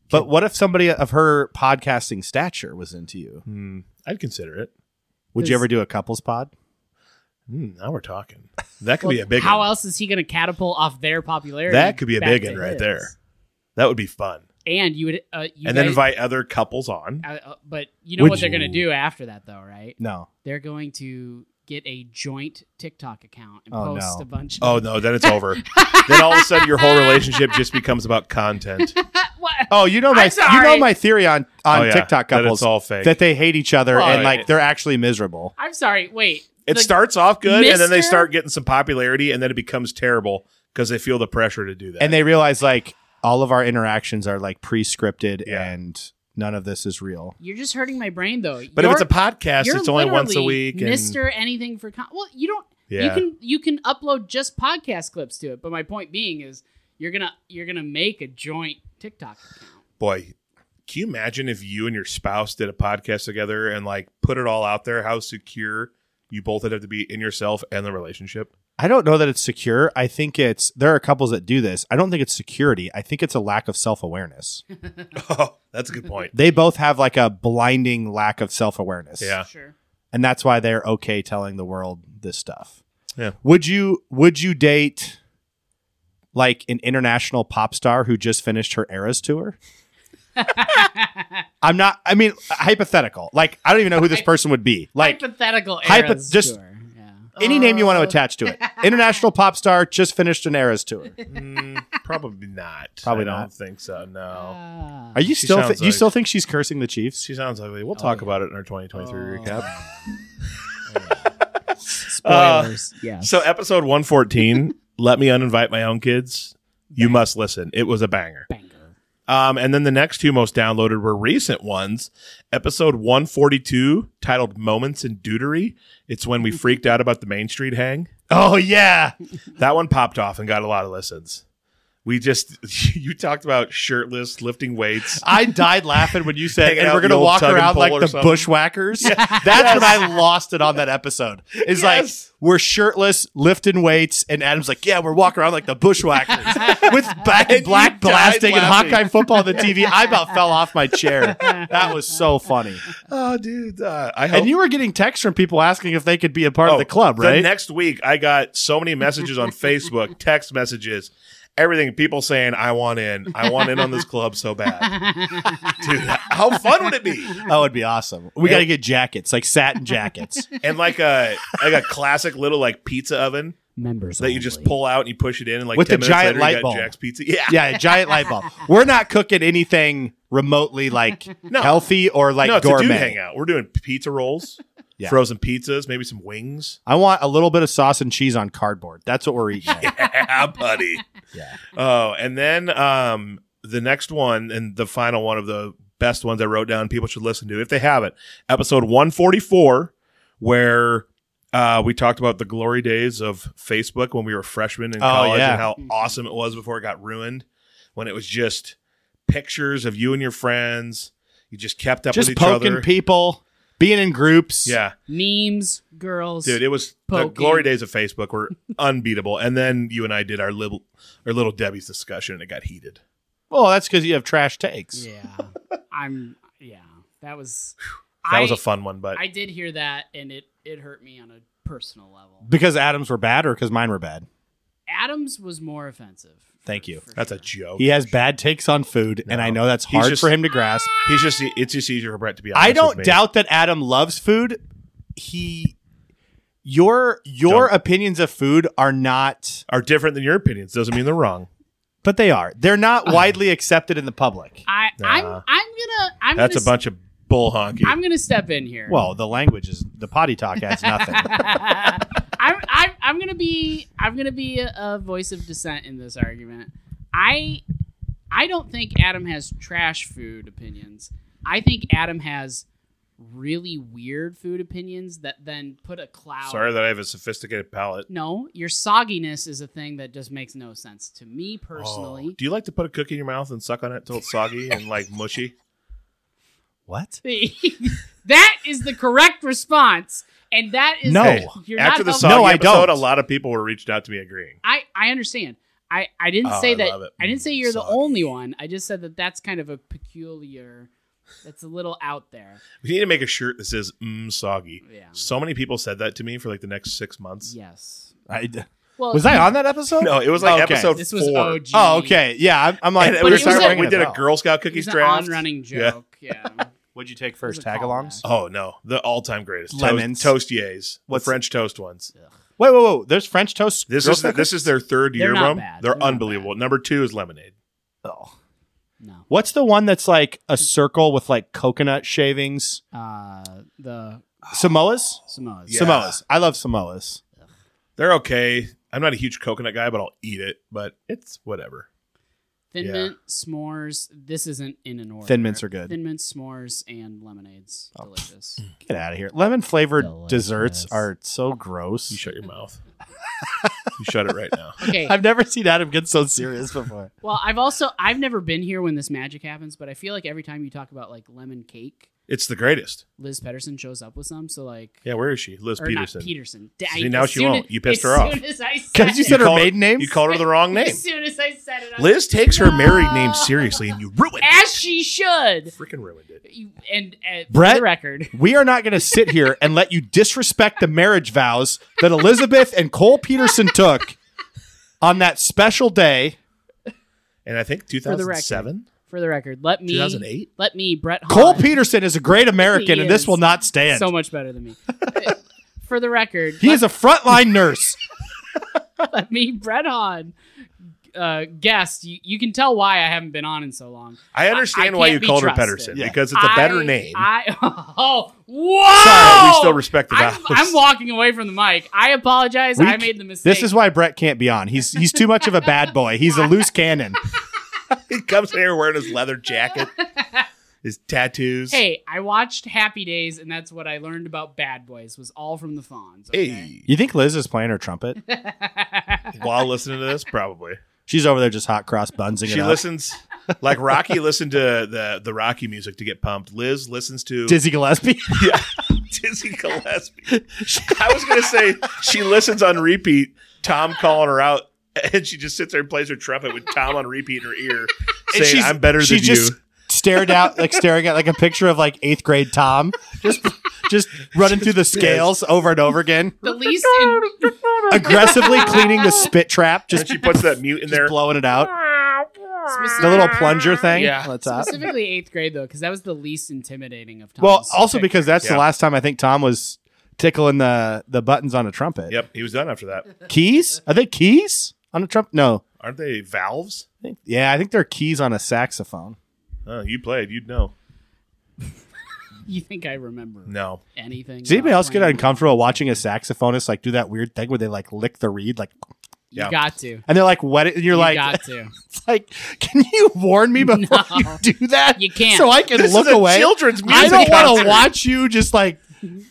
But what if somebody of her podcasting stature was into you? Mm, I'd consider it. Would you Does- ever do a couples pod? Mm, now we're talking. That could Well, be a big How one. else is he going to catapult off their popularity? That could be a back big to one right his? there. That would be fun. And you would, uh, you and then guys- invite other couples on. uh, uh, but you know Would what they're going to you- do after that, though, right? No. They're going to get a joint TikTok account and Oh, post no. a bunch. Oh of no, then it's over. then all of a sudden your whole relationship just becomes about content. what? Oh, you know I'm my you know sorry. my theory on on Oh, yeah, TikTok that couples it's all fake. that they hate each other Well, and it- like they're actually miserable. I'm sorry. Wait. it The- starts off good and then they Mister- start getting some popularity and then it becomes terrible because they feel the pressure to do that. And they realize like all of our interactions are like pre-scripted Yeah. and none of this is real. You're just hurting my brain, though. but You're- if it's a podcast, you're it's only once a literally week and Mister anything for con- well, you don't. You yeah. can you can upload just podcast clips to it. But my point being is you're gonna you're gonna make a joint TikTok account. Boy, can you imagine if you and your spouse did a podcast together and like put it all out there how secure you both would have to be in yourself and the relationship? I don't know that it's secure. I think it's there are couples that do this. I don't think it's security. I think it's a lack of self-awareness. Oh, that's a good point. they both have like a blinding lack of self-awareness. Yeah. Sure. and that's why they're okay telling the world this stuff. Yeah. Would you would you date like an international pop star who just finished her Eras tour? I'm not. I mean, hypothetical. Like, I don't even know who this person would be. Like, Hypothetical hypo- eras just- tour, yeah. any name you want Oh. to attach to it. International pop star just finished an Eras tour. Mm, probably not. Probably I not. don't think so. No. Ah. Are you She still sounds you like- still think she's cursing the Chiefs? She sounds ugly. Oh, We'll talk yeah. about it in our 2023 Oh. recap. Uh, Spoilers. yes. So, episode 114, Let Me Uninvite My Own Kids. You must listen. It was a banger. banger. Um, and then the next two most downloaded were recent ones. Episode 142, titled Moments in Deutery. It's when we Mm-hmm. freaked out about the Main Street hang. Oh yeah. That one popped off and got a lot of listens. We just, you talked about shirtless, lifting weights. I died laughing when you said, Hanging and out we're in gonna the old walk tug and around pull like or the something." bushwhackers. That's when I lost it on that episode. Yes. It's like we're shirtless, lifting weights, and Adam's like, yeah, we're walking around like the bushwhackers with black And you black died blasting and laughing. Hawkeye football on the TV. I about fell off my chair. That was so funny. Oh, dude. Uh, I hope. And you were getting texts from people asking if they could be a part Oh, of the club, right? The next week, I got so many messages on Facebook, text messages, everything. People saying, "I want in. I want in on this club so bad." Dude, how fun would it be? that would Oh, be awesome. We Yeah. got to get jackets, like satin jackets. And like a like a classic little like pizza oven Members that you just only. pull out and you push it in, and like With 10 the minutes giant later, light you got bulb. Jack's Pizza. Yeah, yeah, a giant light bulb. We're not cooking anything remotely like No. healthy or like no, it's a dude gourmet. hangout. We're doing pizza rolls, Yeah. frozen pizzas, maybe some wings. I want a little bit of sauce and cheese on cardboard. That's what we're eating. at. yeah, buddy. Yeah. Oh, and then um, the next one and the final one of the best ones I wrote down people should listen to if they haven't. Episode 144, where uh, we talked about the glory days of Facebook when we were freshmen in Oh, college yeah. and how awesome it was before it got ruined, when it was just pictures of you and your friends. You just kept up Just with each poking other. people, being in groups. yeah. memes, girls. Dude, it was the Poking. glory days of Facebook were unbeatable. And then you and I did our little our little Debbie's discussion and it got heated. Well, that's because you have trash takes. yeah. I'm. Yeah. That was. That I, was a fun one, but I did hear that, and it it hurt me on a personal level. Because Adams were bad or because mine were bad? Adams was more offensive Thank you. That's a joke. He has bad takes on food, and I know that's Oh, He's hard just- for him to grasp. He's just it's just easier for Brett to be honest. I don't with me. doubt that Adam loves food. He your your Don't. opinions of food are not are different than your opinions. Doesn't mean they're wrong. but they are. They're not widely accepted in the public. I, I'm, I'm Nah. gonna, I'm That's a gonna, bunch of bull honky. I'm gonna step in here. Well, the language is the potty talk adds nothing. I'm, I'm, I'm gonna be I'm gonna be a, a voice of dissent in this argument. I I don't think Adam has trash food opinions. I think Adam has really weird food opinions that then put a cloud. Sorry that I have a sophisticated palate. No, your sogginess is a thing that just makes no sense to me personally. Oh, do you like to put a cookie in your mouth and suck on it till it's soggy and like mushy? what? that is the correct response, and that is No. Hey, You're After the not helping- soggy No, I episode, don't. a lot of people were reaching out to me agreeing. I I understand. I I didn't Oh, say I that. love it. I didn't say you're the Sorry. only one. I just said that that's kind of a peculiar. That's a little out there. We need to make a shirt that says "Mmm, soggy." Yeah. So many people said that to me for like the next six months. Yes. I, Well, was I on that episode? No, it was like Okay. episode This was four. OG. Oh, okay. Yeah, I'm, I'm like. And But we, were it was talking a- about- we did a Girl Scout It was cookies an draft. on-running Yeah. joke. Yeah. It What'd you take was first? a Tagalongs. callback. Oh no, the all-time greatest Toast- Lemons. toastiers, the What's- French toast ones. Wait, whoa, whoa! There's French toast. This Girl is Scout this is their third They're year not rum. bad. They're, They're not unbelievable. Number two is lemonade. Oh. No. What's the one that's like a circle with like coconut shavings? Uh, the Samoas? Samoas. Yeah. Samoas. I love Samoas. They're okay. I'm not a huge coconut guy, but I'll eat it. But it's whatever. Thin Yeah. mint s'mores. This isn't in an order. Thin mints are good. Thin mint s'mores and lemonades. Oh. Delicious. Get out of here. Lemon flavored Delicious. desserts are so You gross. shut your mouth. you shut it right now. Okay. I've never seen Adam get so serious before. Well, I've also I've never been here when this magic happens, but I feel like every time you talk about like lemon cake, It's the greatest. Liz Peterson shows up with some. So like, Yeah, where is she? Liz or Peterson. not Peterson. D- See, now as she soon won't. as- You pissed as her off. soon as I Because you it- said her called- maiden name? You called her the wrong name. As soon as I said it, I was Liz takes her married name No. seriously, and you ruined like, as she should. it. Freaking ruined it. You, and uh, Brett? for the record, we are not going to sit here and let you disrespect the marriage vows that Elizabeth and Cole Peterson took on that special day. And I think the record. 2007, for the record, let me 2008. let me Brett Cole Holland, Peterson is a great American, He and this is will not stand. so much better than me. Uh, for the record, he is a frontline nurse. let me Brett Hahn uh, guest. You, you can tell why I haven't been on in so long. I understand I why can't you be called her trusted. Pedersen Yeah. because it's a better I- name. I oh whoa! Sorry, we still respect the I'm, vows. I'm walking away from the mic. I apologize. We I c- made the mistake. This is why Brett can't be on. He's he's too much of a bad boy. He's a loose cannon. he comes in here wearing his leather jacket, his tattoos. Hey, I watched Happy Days, and that's what I learned about Bad Boys. Was all from the Fonz. Okay? Hey. You think Liz is playing her trumpet? While listening to this, probably She's over there just hot cross bunsing it she up. listens like Rocky listened to the the Rocky music to get pumped. Liz listens to Dizzy Gillespie. Dizzy Gillespie. I was gonna say she listens on repeat. Tom calling her out, and she just sits there and plays her trumpet with Tom on repeat in her ear, And saying, "I'm better she than just you." Stared out like staring at like a picture of like eighth grade Tom, just just running through the scales over and over again, The least in, aggressively cleaning the spit trap, And just, she puts that mute in just there. blowing it out. specific- The little plunger thing. Yeah. on the top. specifically eighth grade though, because that was the least intimidating of. Tom's Well, also pictures. because that's the Yeah. last time I think Tom was tickling the the buttons on a trumpet. Yep, he was done after that. Keys? Are they keys on a trumpet? No. Aren't they valves? I think- Yeah, I think they're keys on a saxophone. Oh, you played, you'd know. you think I remember No, anything. Does anybody about else get playing- uncomfortable watching a saxophonist like do that weird thing where they like lick the reed like You Yeah. got to. and they're like wet it and you're You like got to. it's like can you warn me before No. you do that? You can't. So I can This look is a away. Children's I music. don't want to concert. watch you just like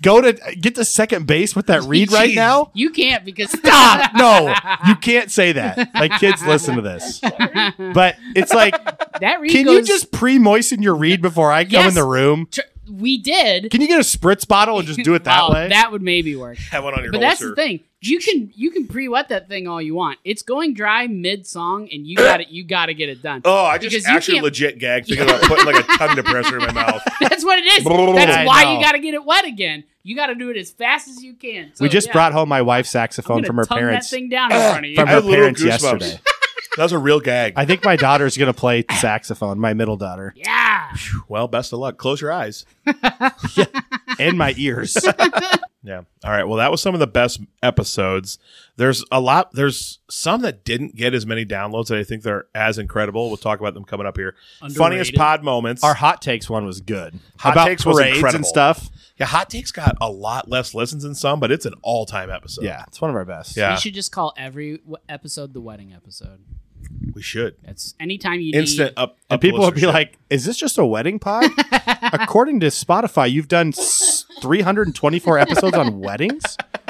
go to get to second base with that reed right Jeez. now. You can't because Stop. No. You can't say that. Like kids listen to this. But it's like that read can you goes- just pre-moisten your reed before I come Yes. in the room? tr- we did Can you get a spritz bottle and just do it that Oh, way? That would maybe work. Have one on your But that's the holster. thing. You can you can pre-wet that thing all you want. It's going dry mid song, and you got it. You got to get it done. Oh, I Because just you actually can't- legit gagged thinking about putting like a tongue depressor in my mouth. That's what it is. I That's why know. you got to get it wet again. You got to do it as fast as you can. So, we just yeah, brought home my wife's I'm saxophone gonna from her tongue parents That thing down in front of you. from I her have little parents goosebumps. yesterday. That was a real gag. I think my daughter's gonna play saxophone, my middle daughter, Yeah. well, best of luck. Close your eyes. and my ears. Yeah. All right. Well, that was some of the best episodes. There's a lot. There's some that didn't get as many downloads that I think they're as incredible. We'll talk about them coming up here. Funniest Underrated. pod moments. Our hot takes one was good. Hot About takes was parades and incredible. stuff. yeah, hot takes got a lot less listens than some, but it's an all time episode. Yeah, it's one of our best. Yeah. We should just call every w- episode the wedding episode. we should That's anytime you instant need. up. And up people would be listenership. like, "Is this just a wedding pod?" According to Spotify, you've done s- 324 episodes on weddings.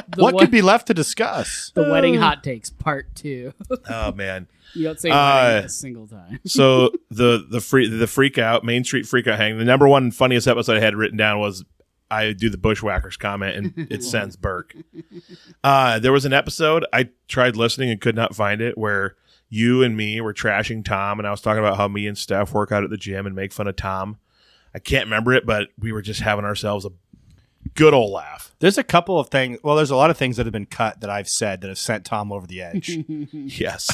The What wed- could be left to discuss? Uh, the wedding hot takes part two? "Oh man." you don't say Uh, wedding a single time. so the the free the freak out Main Street freak out hang. The number one funniest episode I had written down was I do the bushwhackers comment and it sends Burke. Uh, there was an episode I tried listening and could not find it where you and me were trashing Tom and I was talking about how me and Steph work out at the gym and make fun of Tom. I can't remember it, but we were just having ourselves a good old laugh. There's a couple of things. Well, there's a lot of things that have been cut that I've said that have sent Tom over the edge. Yes,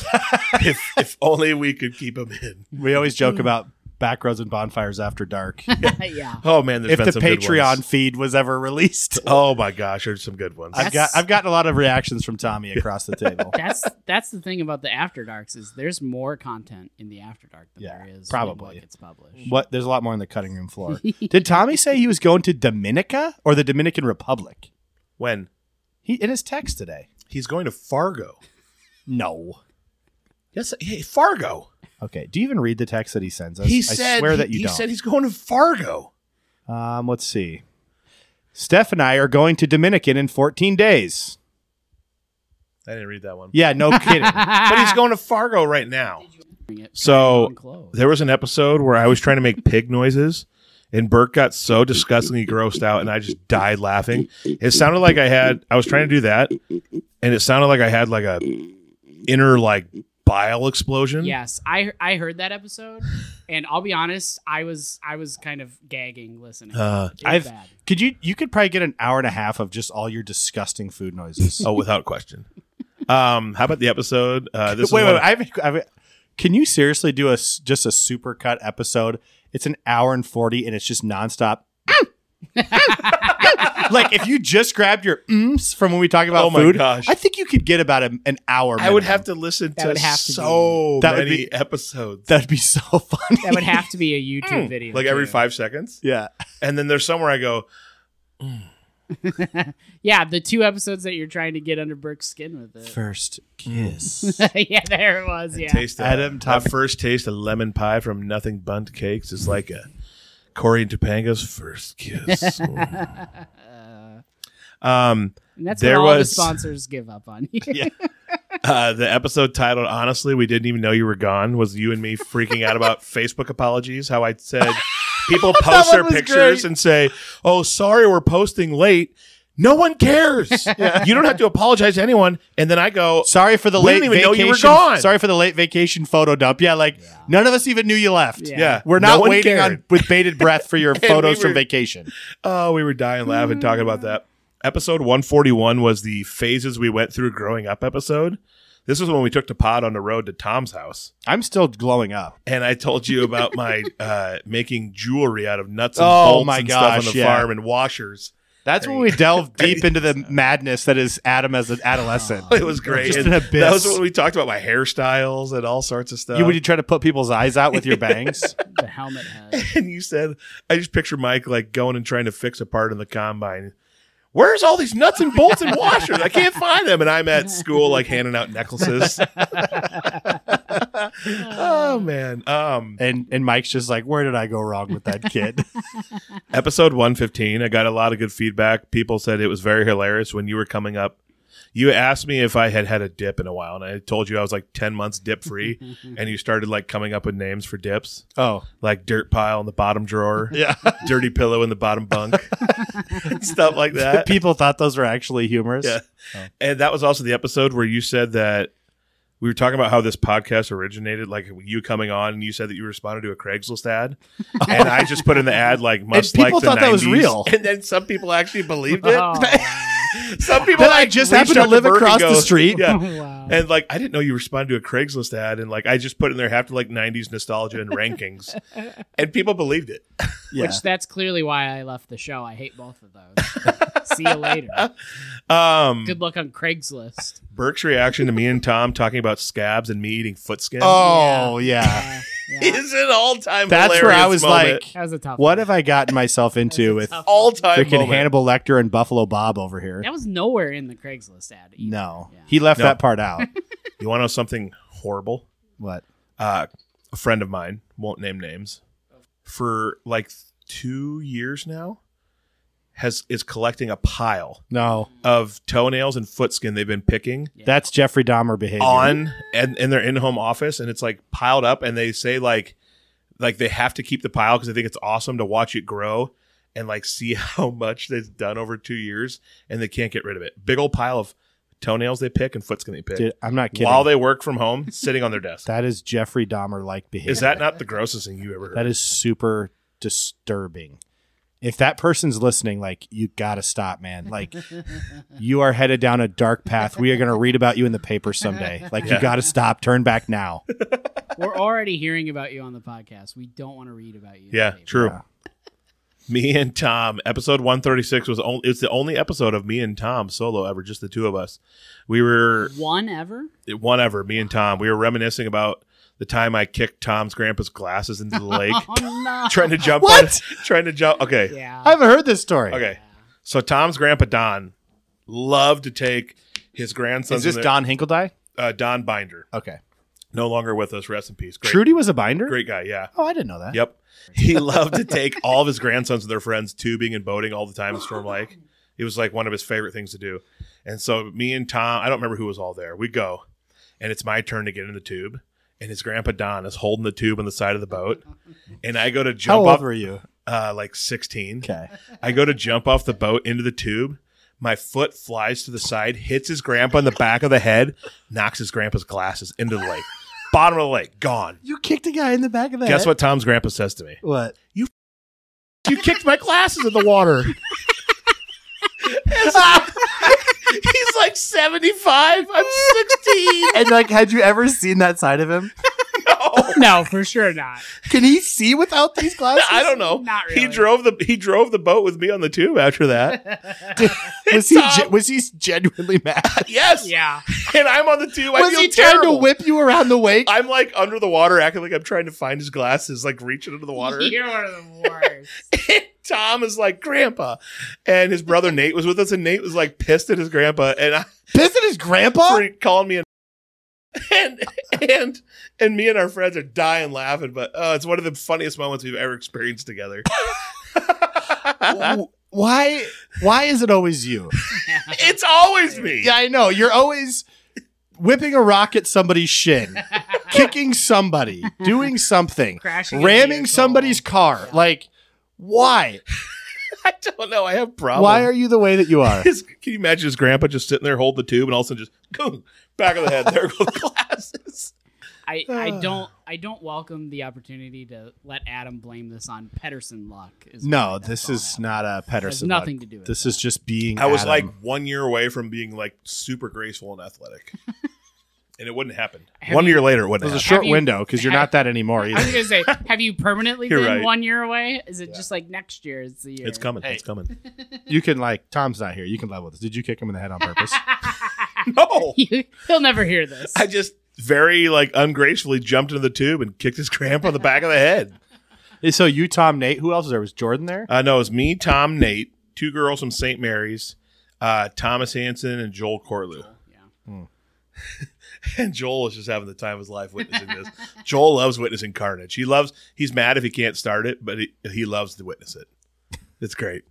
if, if only we could keep him in. we always joke about back roads and bonfires after dark. yeah. Oh man, there's if been the some good Patreon ones. feed was ever released, Oh my gosh, there's some good ones. I've got That's- I've gotten a lot of reactions from Tommy across the table. That's that's the thing about the after darks is there's more content in the after dark than Yeah, there is when probably. what gets published. What there's a lot more on the cutting room floor. Did Tommy say he was going to Dominica or the Dominican Republic? When He in his text today. he's going to Fargo. No. Yes, hey, Fargo. Okay. Do you even read the text that he sends us? He I said swear he, that you he don't. said he's going to Fargo. um, let's see. Steph and I are going to Dominican in 14 days. I didn't read that one. Yeah, no kidding. But he's going to Fargo right now. Bring it- So bring it close. there was an episode where I was trying to make pig noises and Burke got so disgustingly grossed out and I just died laughing. It sounded like I had I was trying to do that and it sounded like I had like a inner like bile explosion. Yes, I I heard that episode, and I'll be honest, I was I was kind of gagging listening. Uh, It was I've bad. could you you could probably get an hour and a half of just all your disgusting food noises. Oh, without question. Um, how about the episode? Uh, this wait, is one- wait, wait. I have, I have, can you seriously do a s- just a super cut episode? It's an hour and forty, and it's just nonstop. like if you just grabbed your mms from when we talk about Oh my food, gosh. I think you could get about a, an hour. I would minimum. have to listen That to, would have to be- so That would many be- episodes. That'd be so funny. that would have to be a YouTube video, Hmm, like every too. five seconds. yeah. And then there's somewhere I go, Yeah, the two episodes that you're trying to get under Burke's skin with it. First kiss. yeah, there it was. Yeah, taste that. Adam my Topic- first taste of lemon pie from Nothing Bunt Cakes is like a Corey and Topanga's first kiss. um, and that's there what all was- the sponsors give up on you. uh, the episode titled "Honestly, We Didn't Even Know You Were Gone" was you and me freaking out about Facebook apologies. How I said people post one their was pictures great. and say, "Oh, sorry, we're posting late." No one cares. You don't have to apologize to anyone. And then I go, Sorry for the We late didn't even know vacation. you were gone. Sorry for the late vacation photo dump. Yeah, like none of us even knew you left. Yeah. "Yeah, We're no not one waiting cared. on with bated breath for your photos we were- from vacation. Oh, we were dying laughing talking about that. Mm-hmm. Episode 141 was the phases we went through growing up episode. This was when we took the pod on the road to Tom's house. I'm still glowing up. And I told you about my uh, making jewelry out of nuts and Oh bolts my and gosh, stuff on the yeah. farm and washers. That's when we delve deep into the madness that is Adam as an adolescent. Oh, It was great. Just And an abyss. That was when we talked about my hairstyles and all sorts of stuff. you would you try to put people's eyes out with your bangs? the helmet head. and you said, I just picture Mike like going and trying to fix a part in the combine. Where's all these nuts and bolts and washers? I can't find them. And I'm at school like handing out necklaces. oh man. Um and and Mike's just like, where did I go wrong with that kid? episode 115, I got a lot of good feedback. People said it was very hilarious when you were coming up. You asked me if I had had a dip in a while and I told you I was like 10 months dip free and you started like coming up with names for dips, oh like dirt pile in the bottom drawer, yeah, dirty pillow in the bottom bunk. stuff like that. people thought those were actually humorous. Yeah. And that was also the episode where you said that we were talking about how this podcast originated, like you coming on, and you said that you responded to a Craigslist ad, and I just put in the ad like must people like the thought that was 90s. real. and then some people actually believed it. Oh, wow. Some people That I like, just reached happened to out live Burke and across the street. Yeah. wow. And like I didn't know you responded to a Craigslist ad, and like I just put in there half to like '90s nostalgia and rankings, and people believed it. Yeah. Which that's clearly why I left the show. I hate both of those. See you later. Um, Good luck on Craigslist. Burke's reaction to me and Tom talking about scabs and me eating foot skin oh yeah. Yeah, Uh, yeah. is an all-time. That's where I was That like, was a tough. what one. have I gotten myself into with tough all-time freaking moment. Hannibal Lecter and Buffalo Bob over here? That was nowhere in the Craigslist ad. either. No, Yeah. he left No. that part out. You want to know something horrible? what? uh, a friend of mine won't name names for like two years now has is collecting a pile No, of toenails and foot skin they've been picking that's Jeffrey Dahmer behavior. on and in their in-home office and it's like piled up and they say like like they have to keep the pile because they think it's awesome to watch it grow and like see how much they've done over two years and they can't get rid of it big old pile of toenails they pick and foot skin they pick Dude, I'm not kidding. while they work from home sitting on their desk that is Jeffrey Dahmer like behavior. is that not the grossest thing you ever heard that is super disturbing. If that person's listening, like you gotta stop, man. Like you are headed down a dark path. We are gonna read about you in the paper someday. Like Yeah. you gotta stop. Turn back now. We're already hearing about you on the podcast. We don't want to read about you. Yeah, Dave. true. Yeah. Me and Tom, episode 136 was only it's the only episode of me and Tom solo ever, just the two of us. We were One ever? one ever, me and Tom. We were reminiscing about the time I kicked Tom's grandpa's glasses into the lake, Oh no. trying to jump What? on trying to jump. Okay. Yeah. I haven't heard this story. Okay. So Tom's grandpa Don loved to take his grandson Is this Don Hinkledye? uh, Don Binder, Okay. no longer with us, rest in peace. Great, Trudy was a binder? great guy, yeah. Oh, I didn't know that. Yep. He loved to take all of his grandsons and their friends tubing and boating all the time in Storm Lake. It was like one of his favorite things to do. And so me and Tom, I don't remember who was all there. We go, and it's my turn to get in the tube. And his grandpa Don is holding the tube on the side of the boat. And I go to How jump old off were you? uh like 16. Okay. I go to jump off the boat into the tube. My foot flies to the side, hits his grandpa in the back of the head, knocks his grandpa's glasses into the lake. Bottom of the lake, gone. You kicked a guy in the back of the Guess what Tom's grandpa says to me? What? You kicked my glasses in the water. He's like 75. I'm 16. And like, had you ever seen that side of him? No, for sure not. Can he see without these glasses? I don't know. Not He really. drove the he drove the boat with me on the tube after that. Was he Tom. ge- was he genuinely mad? Yes. Yeah. And I'm on the tube. I was feel he trying terrible. to whip you around the wake? I'm like under the water, acting like I'm trying to find his glasses, like reaching under the water. You're one of the worst. Tom is like, "Grandpa," and his brother Nate was with us, and Nate was like pissed at his grandpa, and I Pissed at his grandpa? for calling me an and and and me and our friends are dying laughing, but uh, it's one of the funniest moments we've ever experienced together. W- why? Why is it always you? it's always me. Yeah, I know. You're always whipping a rock at somebody's shin, kicking somebody, doing something, Crashing. a ramming vehicle. somebody's car. Like, why? I don't know. I have problems. Why are you the way that you are? His, can you imagine his grandpa just sitting there holding the tube and all of a sudden just boom, back of the head? There go the glasses. I, I don't I don't welcome the opportunity to let Adam blame this on Pedersen luck. is No, why that's this all is happened. not a Pedersen. nothing look. to do with This is just being. I was Adam. like one year away from being like super graceful and athletic, and it wouldn't happen. Have one you- year later, it it was wouldn't. a Happen. short you- window because you're not that anymore I was either. gonna say, have you permanently You're been right. one year away? Is it just like next year? Is the year? It's coming. Hey. It's coming. You can like Tom's not here. You can level with this. Did you kick him in the head on purpose? No. You, he'll never hear this. I just very like ungracefully jumped into the tube and kicked his grandpa on the back of the head. so you, Tom, Nate, who else was there? Was Jordan there? Uh, no, it was me, Tom, Nate, two girls from St. Mary's, uh, Thomas Hansen, and Joel Corlew. yeah. And Joel is just having the time of his life witnessing this. Joel loves witnessing carnage. He loves. He's mad if he can't start it, but he, he loves to witness it. It's great.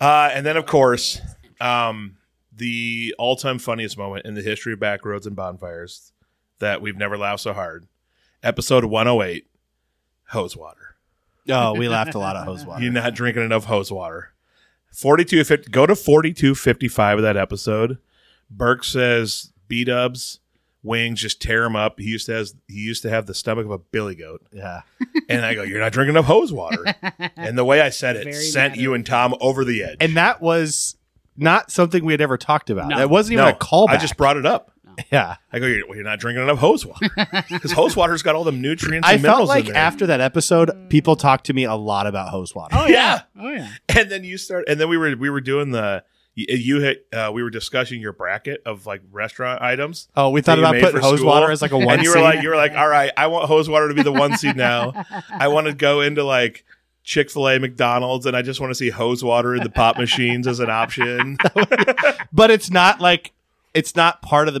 Uh, and then, of course, um, the all-time funniest moment in the history of backroads and bonfires that we've never laughed so hard. Episode 108, hose water. Oh, we laughed a lot at hose water. You're not drinking enough hose water. 42 50, go to 4255 of that episode. Burke says B dubs wings just tear him up. He used to has he used to have the stomach of a billy goat. yeah. And I go, You're not drinking enough hose water. and the way I said it Very sent you matter- and Tom over the edge. And that was not something we had ever talked about. No. That wasn't even no, a callback. I just brought it up. yeah. I go, you're, well, you're not drinking enough hose water because hose water's got all the nutrients. I and felt minerals like in there. after that episode, people talked to me a lot about hose water. Oh yeah. Oh yeah. and then you start, and then we were we were doing the you, you hit uh, we were discussing your bracket of like restaurant items. Oh, we thought you about made putting for hose school, water as like a one. and you were scene. like, you were like, all right, I want hose water to be the one seed now. I want to go into like Chick Fil A, McDonald's, and I just want to see hose water in the pop machines as an option. but it's not like it's not part of the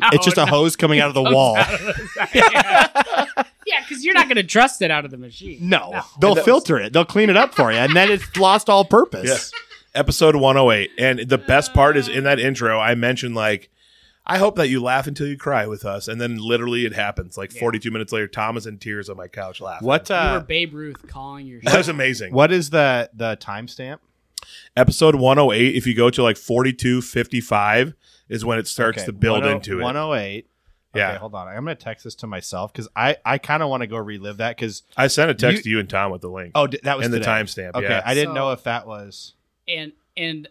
No, it's just a hose coming out of the wall. Yeah, because you're not going to trust it out of the machine. No, they'll filter it. They'll clean it up for you, and then it's lost all purpose. Yes. Episode 108. And the best part is in that intro, I mentioned, like, I hope that you laugh until you cry with us. And then literally it happens. Like 42 minutes later, Tom is in tears on my couch laughing. What You were uh, Babe Ruth calling your That was shot. amazing. what is the the timestamp? Episode 108, if you go to like 4255, is when it starts to build into One it. oh eight. Yeah. Okay, hold on. I'm gonna text this to myself because I I kind of want to go relive that because I sent a text to you and Tom with the link oh d- that was and the today. timestamp. Okay, Yeah. I didn't So- know if that was. and and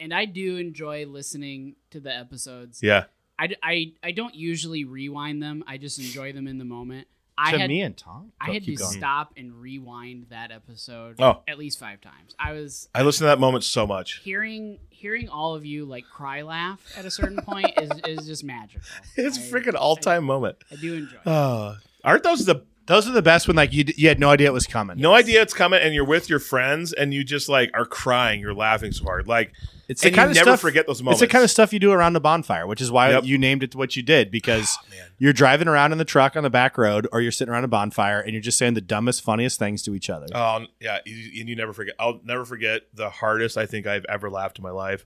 and I do enjoy listening to the episodes. yeah. I, I, I don't usually rewind them. I just enjoy them in the moment. I to had me and Tom. I Go- had to keep going. stop and rewind that episode Oh. at least five times. I was I listened to that moment so much. hearing hearing all of you like cry laugh at a certain point is, is just magical. It's a I- freaking all time moment. I do enjoy. Uh. it. Oh, aren't those the Those are the best when like you d- you had no idea it was coming. no idea it's coming and you're with your friends and you just like are crying, you're laughing so hard. Like It's and you never forget those moments. It's the kind of stuff you do around the bonfire, which is why Yep. Oh, you named it what you did because you're driving around in the truck on the back road or you're sitting around a bonfire and you're just saying the dumbest, funniest things to each other. Oh yeah, you- and you never forget. I'll never forget the hardest I think I've ever laughed in my life.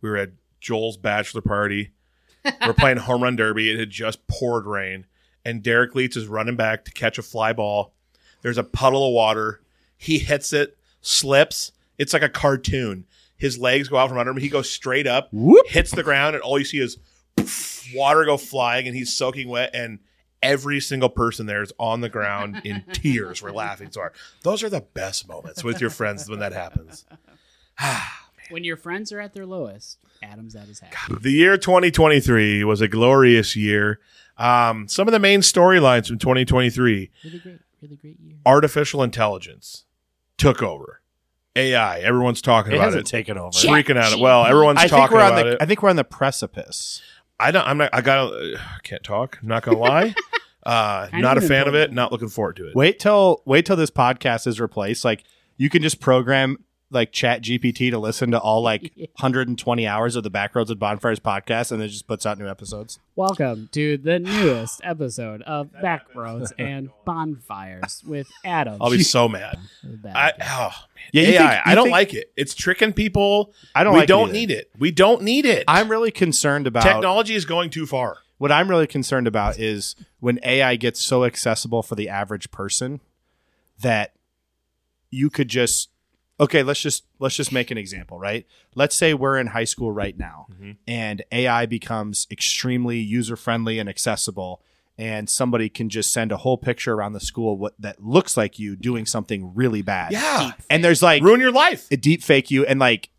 We were at Joel's bachelor party. we're playing home run derby. It had just poured rain, and Derek Leitz is running back to catch a fly ball. There's a puddle of water. He hits it, slips. It's like a cartoon. His legs go out from under him. He goes straight up, Whoop. hits the ground, and all you see is poof, water go flying, and he's soaking wet. And every single person there is on the ground in tears. We're laughing so hard. Those are the best moments with your friends when that happens. When your friends are at their lowest, Adam's at his hat. The year 2023 was a glorious year. Um, some of the main storylines from 2023 Really great, really great year. artificial intelligence took over. AI, everyone's talking It about hasn't it. taken over. Shit. Freaking out. Well, everyone's I think talking we're on about the. it. I think we're on the precipice. I don't. I'm not. I gotta. Uh, can't talk. I'm not gonna lie. Uh, Kind not a of fan of it. important. Not looking forward to it. Wait till wait till this podcast is replaced. Like you can just program like Chat GPT to listen to all like 120 hours of the Backroads and Bonfires podcast, and it just puts out new episodes. Welcome to the newest episode of Backroads and Bonfires with Adam. I'll be so mad. That I, again. oh, Yeah, man. AI. you think- you I don't think- like it. It's tricking people. I don't. we like don't it either. need it. We don't need it. I'm really concerned about Technology is going too far. What I'm really concerned about is when AI gets so accessible for the average person that you could just okay, let's just let's just make an example, right? Let's say we're in high school right now Mhm. and AI becomes extremely user-friendly and accessible and somebody can just send a whole picture around the school what that looks like you doing something really bad. Yeah. And there's like Ruin your life. it deep fake you and like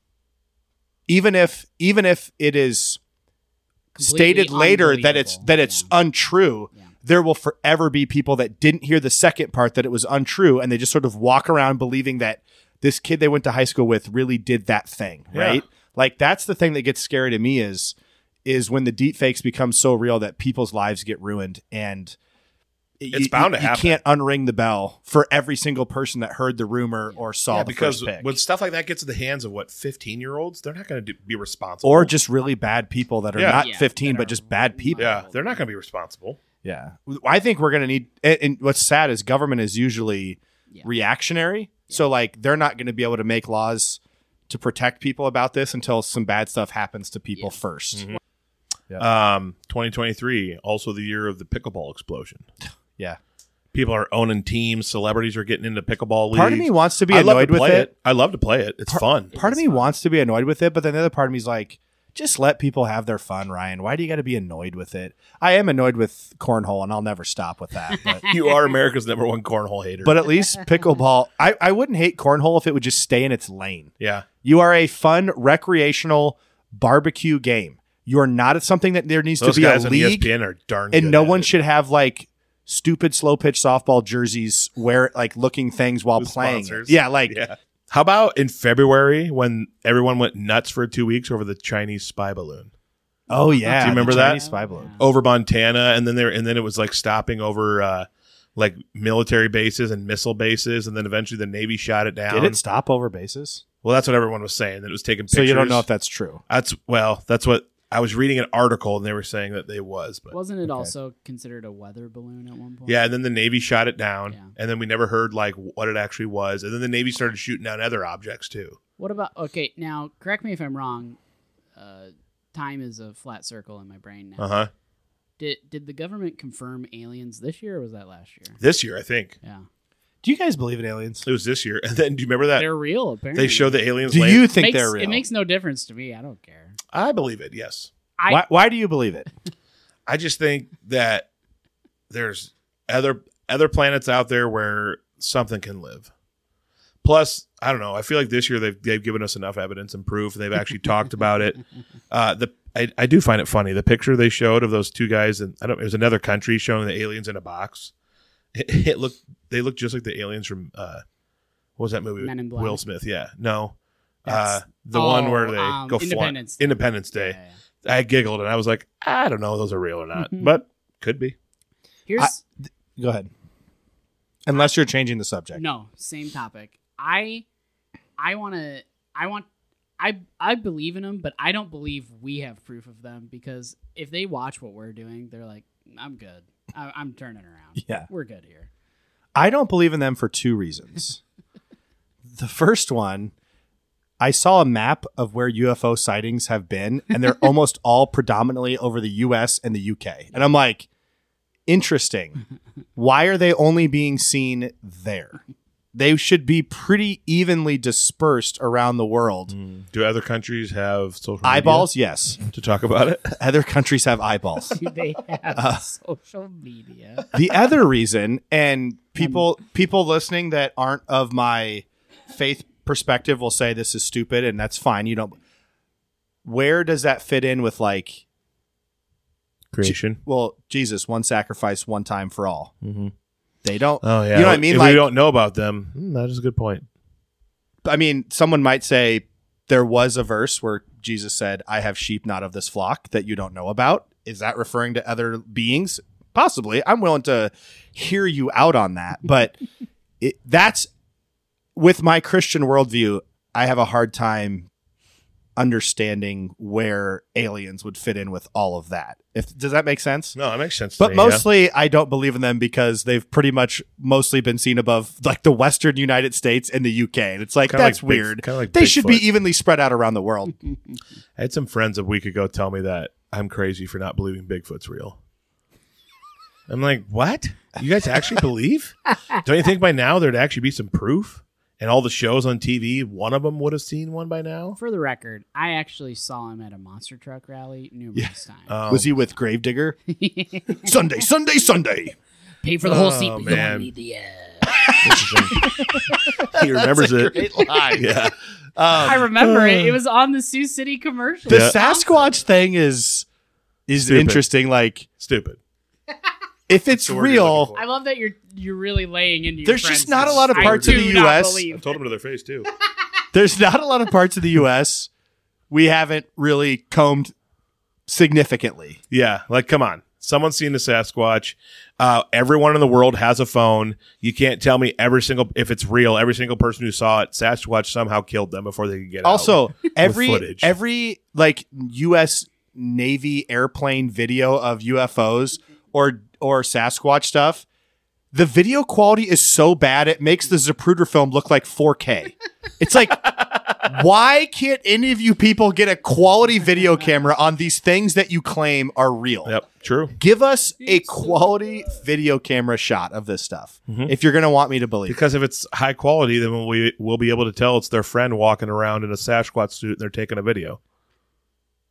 even if even if it is Completely stated later that it's unbelievable. that it's Yeah. untrue Yeah. there will forever be people that didn't hear the second part that it was untrue and they just sort of walk around believing that this kid they went to high school with really did that thing Yeah. right like that's the thing that gets scary to me is is when the deep fakes become so real that people's lives get ruined and It's bound to you happen. can't unring the bell for every single person that heard the rumor or saw Yeah, the because first pick when stuff like that gets in the hands of what 15 year olds, they're not going to be responsible. or just really bad people that are Yeah. not Yeah, 15 that but are just bad people yeah, they're not going to be responsible. yeah i think we're going to need and, and what's sad is government is usually Yeah. reactionary so like they're not going to be able to make laws to protect people about this until some bad stuff happens to people Yeah. 1st Mm-hmm. Um, 2023, also the year of the pickleball explosion. yeah People are owning teams. Celebrities are getting into pickleball leagues. part of me wants to be I love annoyed to with play it. I love to play it. It's fun. part of me wants to be annoyed with it but then the other part of me is like Just let people have their fun, Ryan. Why do you got to be annoyed with it? I am annoyed with cornhole, and I'll never stop with that. But, You are America's number one cornhole hater. but at least pickleball, I, I wouldn't hate cornhole if it would just stay in its lane. yeah, You are a fun recreational barbecue game. You are not something that there needs those to be a guys on E league ESPN are darn. and good no at one it. should have like stupid slow pitch softball jerseys wear like looking things while With playing. sponsors. Yeah, like Yeah. How about in February when everyone went nuts for two weeks over the Chinese spy balloon oh yeah, Do you the remember that? Chinese spy balloon? over Montana, and then there and then it was like stopping over uh, like military bases and missile bases, and then eventually the Navy shot it down. Did it stop over bases? Well, that's what everyone was saying. That it was taking pictures. So you don't know if that's true. that's well. That's what I was reading an article, and they were saying that they was, but Wasn't it Okay. also considered a weather balloon at one point? yeah. And then the Navy shot it down, Yeah. and then we never heard like what it actually was, and then the Navy started shooting down other objects too. What about okay? Now, correct me if I'm wrong. Uh, time is a flat circle in my brain now. Uh huh. Did did the government confirm aliens this year or was that last year? This year, I think Yeah, Do you guys believe in aliens? it was this year. And then do you remember that they're real. Apparently, they show the aliens? Do land- you think Makes- they're real? It makes no difference to me. I don't care. I believe it. Yes. I- why, why do you believe it? I just think that there's other other planets out there where something can live. Plus, I don't know. I feel like this year they've they've given us enough evidence and proof. They've actually talked about it. Uh, the I, I do find it funny the picture they showed of those two guys and I don't it was another country showing the aliens in a box. It, it looked they looked just like the aliens from uh, what was that movie? Men in Black. Will Smith. Yeah, no, uh, That's- the one oh, where they um, go fly- Independence Day. Independence Day. Yeah, yeah. I giggled and I was like, I don't know if those are real or not, Mhm. but could be. Here's Go ahead. Unless you're changing the subject. No, same topic. I I want to I want I I believe in them, but I don't believe we have proof of them because if they watch what we're doing, they're like, I'm good. I, I'm turning around. Yeah. We're good here. I don't believe in them for two reasons. the first one, I saw a map of where UFO sightings have been, and they're almost all predominantly over the US and the UK. And I'm like, interesting. Why are they only being seen there? They should be pretty evenly dispersed around the world. Do other countries have social media Eyeballs, yes. to talk about it? Other countries have eyeballs. Do they have social media? the other reason and people people listening that aren't of my faith perspective will say this is stupid and that's fine you don't where does that fit in with like Creation. well jesus one sacrifice one time for all Mm-hmm. they don't Oh yeah. you know what i mean If like we don't know about them. Mm, that is a good point. i mean someone might say there was a verse where jesus said i have sheep not of this flock that you don't know about is that referring to other beings possibly i'm willing to hear you out on that but it, that's with my christian worldview i have a hard time understanding where aliens would fit in with all of that if does that make sense No, that makes sense. to but me, yeah. mostly i don't believe in them because they've pretty much mostly been seen above like the western united states and the uk and it's like Kinda that's like Big- weird kinda like they should Bigfoot. be evenly spread out around the world I had some friends a week ago tell me that I'm crazy for not believing Bigfoot's real. I'm like, what? You guys actually believe? Don't you think by now there'd actually be some proof? And all the shows on TV, one of them would have seen one by now. For the record, I actually saw him at a monster truck rally numerous times. Um, was he with gravedigger sunday sunday sunday Pay for the whole seat, Oh, but you man. don't need the end. he remembers it. Yeah. I remember it. It was on the Sioux City commercial. Um, the Yeah. sasquatch thing is is Stupid. interesting like Stupid. if it's the word you're looking real for. I love that you're you're really laying into your There's friends just not this. a lot of I parts of do the not US. believe. I've told them to their face too. there's not a lot of parts of the us we haven't really combed significantly yeah, like come on. Someone's seen the Sasquatch. Uh, everyone in the world has a phone. You can't tell me every single if it's real. Every single person who saw it, Sasquatch somehow killed them before they could get out. also every footage. every like us navy airplane video of ufos or or sasquatch stuff the video quality is so bad it makes the zapruder film look like 4k it's like why can't any of you people get a quality video camera on these things that you claim are real Yep, true. give us a quality video camera shot of this stuff if you're gonna want me to believe it. Because if it's high quality, then we we'll be able to tell it's their friend walking around in a Sasquatch suit and they're taking a video.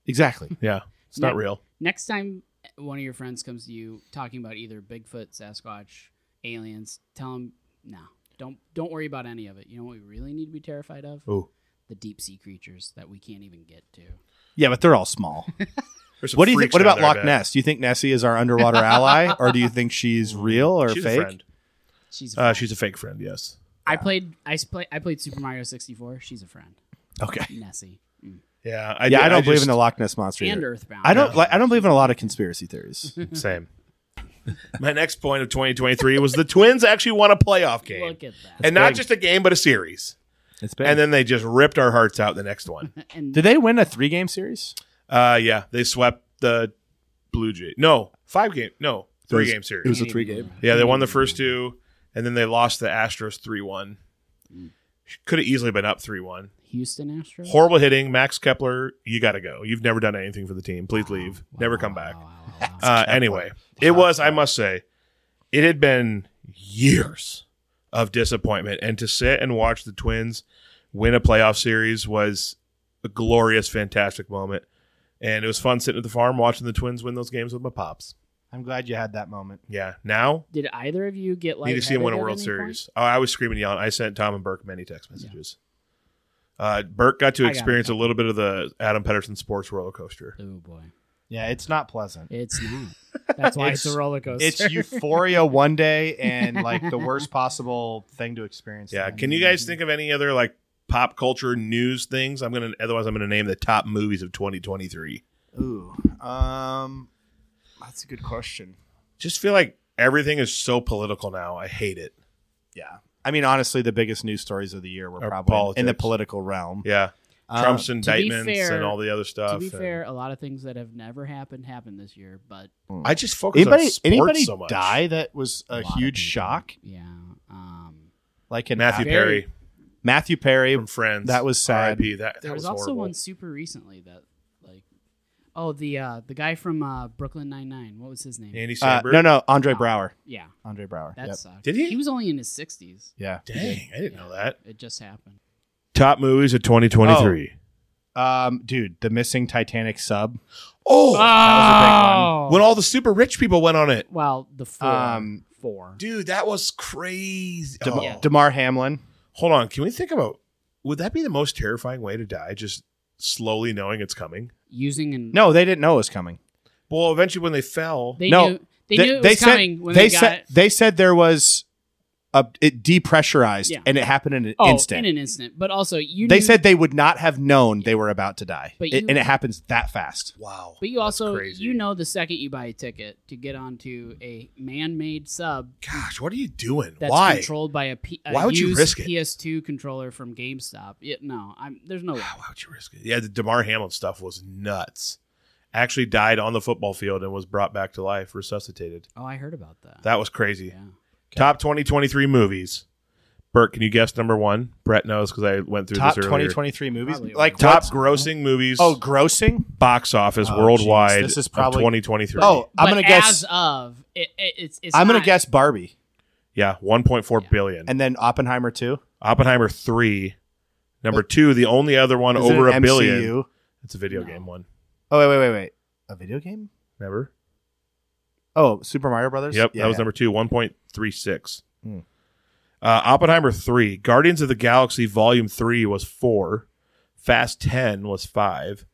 Exactly. Yeah. It's not Yeah. real. Next time one of your friends comes to you talking about either Bigfoot, Sasquatch, aliens, tell them no. Don't don't worry about any of it. You know what we really need to be terrified of? Ooh. The deep sea creatures that we can't even get to. Yeah, but they're all small. There's some What do you freaks think? What out about there, I Loch bet. Ness? Do you think Nessie is our underwater ally, or do you think she's real or She's a fake? friend. She's a Uh, friend. she's a fake friend. Yes. I played I s- play, I played Super Mario 64. She's a friend. Okay. Nessie. Mm. Yeah. I, yeah, did- I don't believe just- in the Loch Ness monster. And either. Earthbound. I don't like. I don't believe in a lot of conspiracy theories. Hmm. Same. My next point of 2023 was the Twins actually won a playoff game. Look at that. and not big. just a game, but a series. It's bad. And then they just ripped our hearts out the next one. And did they win a three game series? Uh, yeah, they swept the Blue Jays. No, five game. No, three game series. it was a Mm. Can't three even- game. yeah, they won the first two, and then they lost the Astros three one. Mm. Could have easily been up three one. Houston Astros. Horrible hitting, Max Kepler. You got to go. You've never done anything for the team. Please leave. Wow, Never wow, come wow, back. wow, wow, wow. Uh, anyway, it was. I must say, it had been years of disappointment, and to sit and watch the Twins win a playoff series was a glorious, fantastic moment. And it was fun sitting at the farm watching the Twins win those games with my pops. I'm glad you had that moment. Yeah. Now Did either of you get like need to see him win a World Series. Oh, I was screaming, yelling. I sent Tom and Burke many text messages. Uh, Burke got to I got it, experience a little bit of the Adam Pedersen sports roller coaster. Oh boy, Yeah, it's not pleasant. it's not. That's why it's, It's- a roller coaster. It's euphoria one day and like the worst possible thing to experience. Yeah. Can you guys think of any other like pop culture news things? I'm gonna otherwise I'm gonna name the top movies of 2023. Ooh, um, that's a good question. Just feel like everything is so political now. I hate it. Yeah, I mean, honestly, the biggest news stories of the year were Are probably in the politics. political realm. Yeah. Um, Trump's Uh, be indictments fair- and all the other to stuff. be and- fair, a lot of things that have never happened happened this year, but I just focus on anybody sports anybody so much. die that was a, lot of huge people- shock? Yeah. Um, Like in Matthew Very- Perry Matthew Perry. from Friends. That was sad. R.I.P. That, that there was, was also horrible. one super recently that like, oh the uh, the guy from uh, Brooklyn Nine Nine. What was his name? Andy Uh, Samberg. no, no, Andre Brower. yeah, Andre Brower. that yep. sucked. Did he? He was only in his sixties. Yeah. Dang, I didn't know that. It just happened. Top movies of 2023. Um, dude, the missing Titanic sub. Oh, was when all the super rich people went on it. well, the four, Um, four. Dude, that was crazy. Dem- Oh. Yeah. Damar Hamlin. Hold on. Can we think about would that be the most terrifying way to die? Just slowly knowing it's coming? using an No, they didn't know it was coming. Well, eventually when they fell, They No, knew they, knew it was said, coming when they, got said they said there was a it depressurized Yeah. and it happened in an oh, instant. in an instant. But also you they knew- said they would not have known they were about to die, But It- you- and it happens that fast. wow. But you also crazy. you know the second you buy a ticket to get onto a man-made sub Gosh, what are you doing? that's Why? controlled by a, P- a Why would you used risk it? PS2 controller from GameStop. Yeah, no, I'm there's no way. Why would you risk it? Yeah, the Damar Hamlin stuff was nuts. Actually died on the football field and was brought back to life, resuscitated. Oh, I heard about that. That was crazy. yeah. Top 2023 movies. Bert, can you guess number one? Brett knows because I went through Top this earlier. twenty twenty three movies, Probably like Top what's- grossing movies. Oh, grossing. box office Oh, worldwide. jeez. This is of probably- 2023. Oh, I'm But gonna guess. as of it, it, it's, it's I'm gonna not- guess Barbie, yeah, 1.4 billion. and then Oppenheimer too. Oppenheimer three, number two, the only other one Is it over an a billion. MCU? It's a video No. game one. Oh wait, wait, wait, wait. A video game? Never. Oh, Super Mario Brothers. Yep, Yeah, that was yeah. number two, 1.36. Hmm. Uh, Oppenheimer three, Guardians of the Galaxy Volume three was four, Fast Ten was five,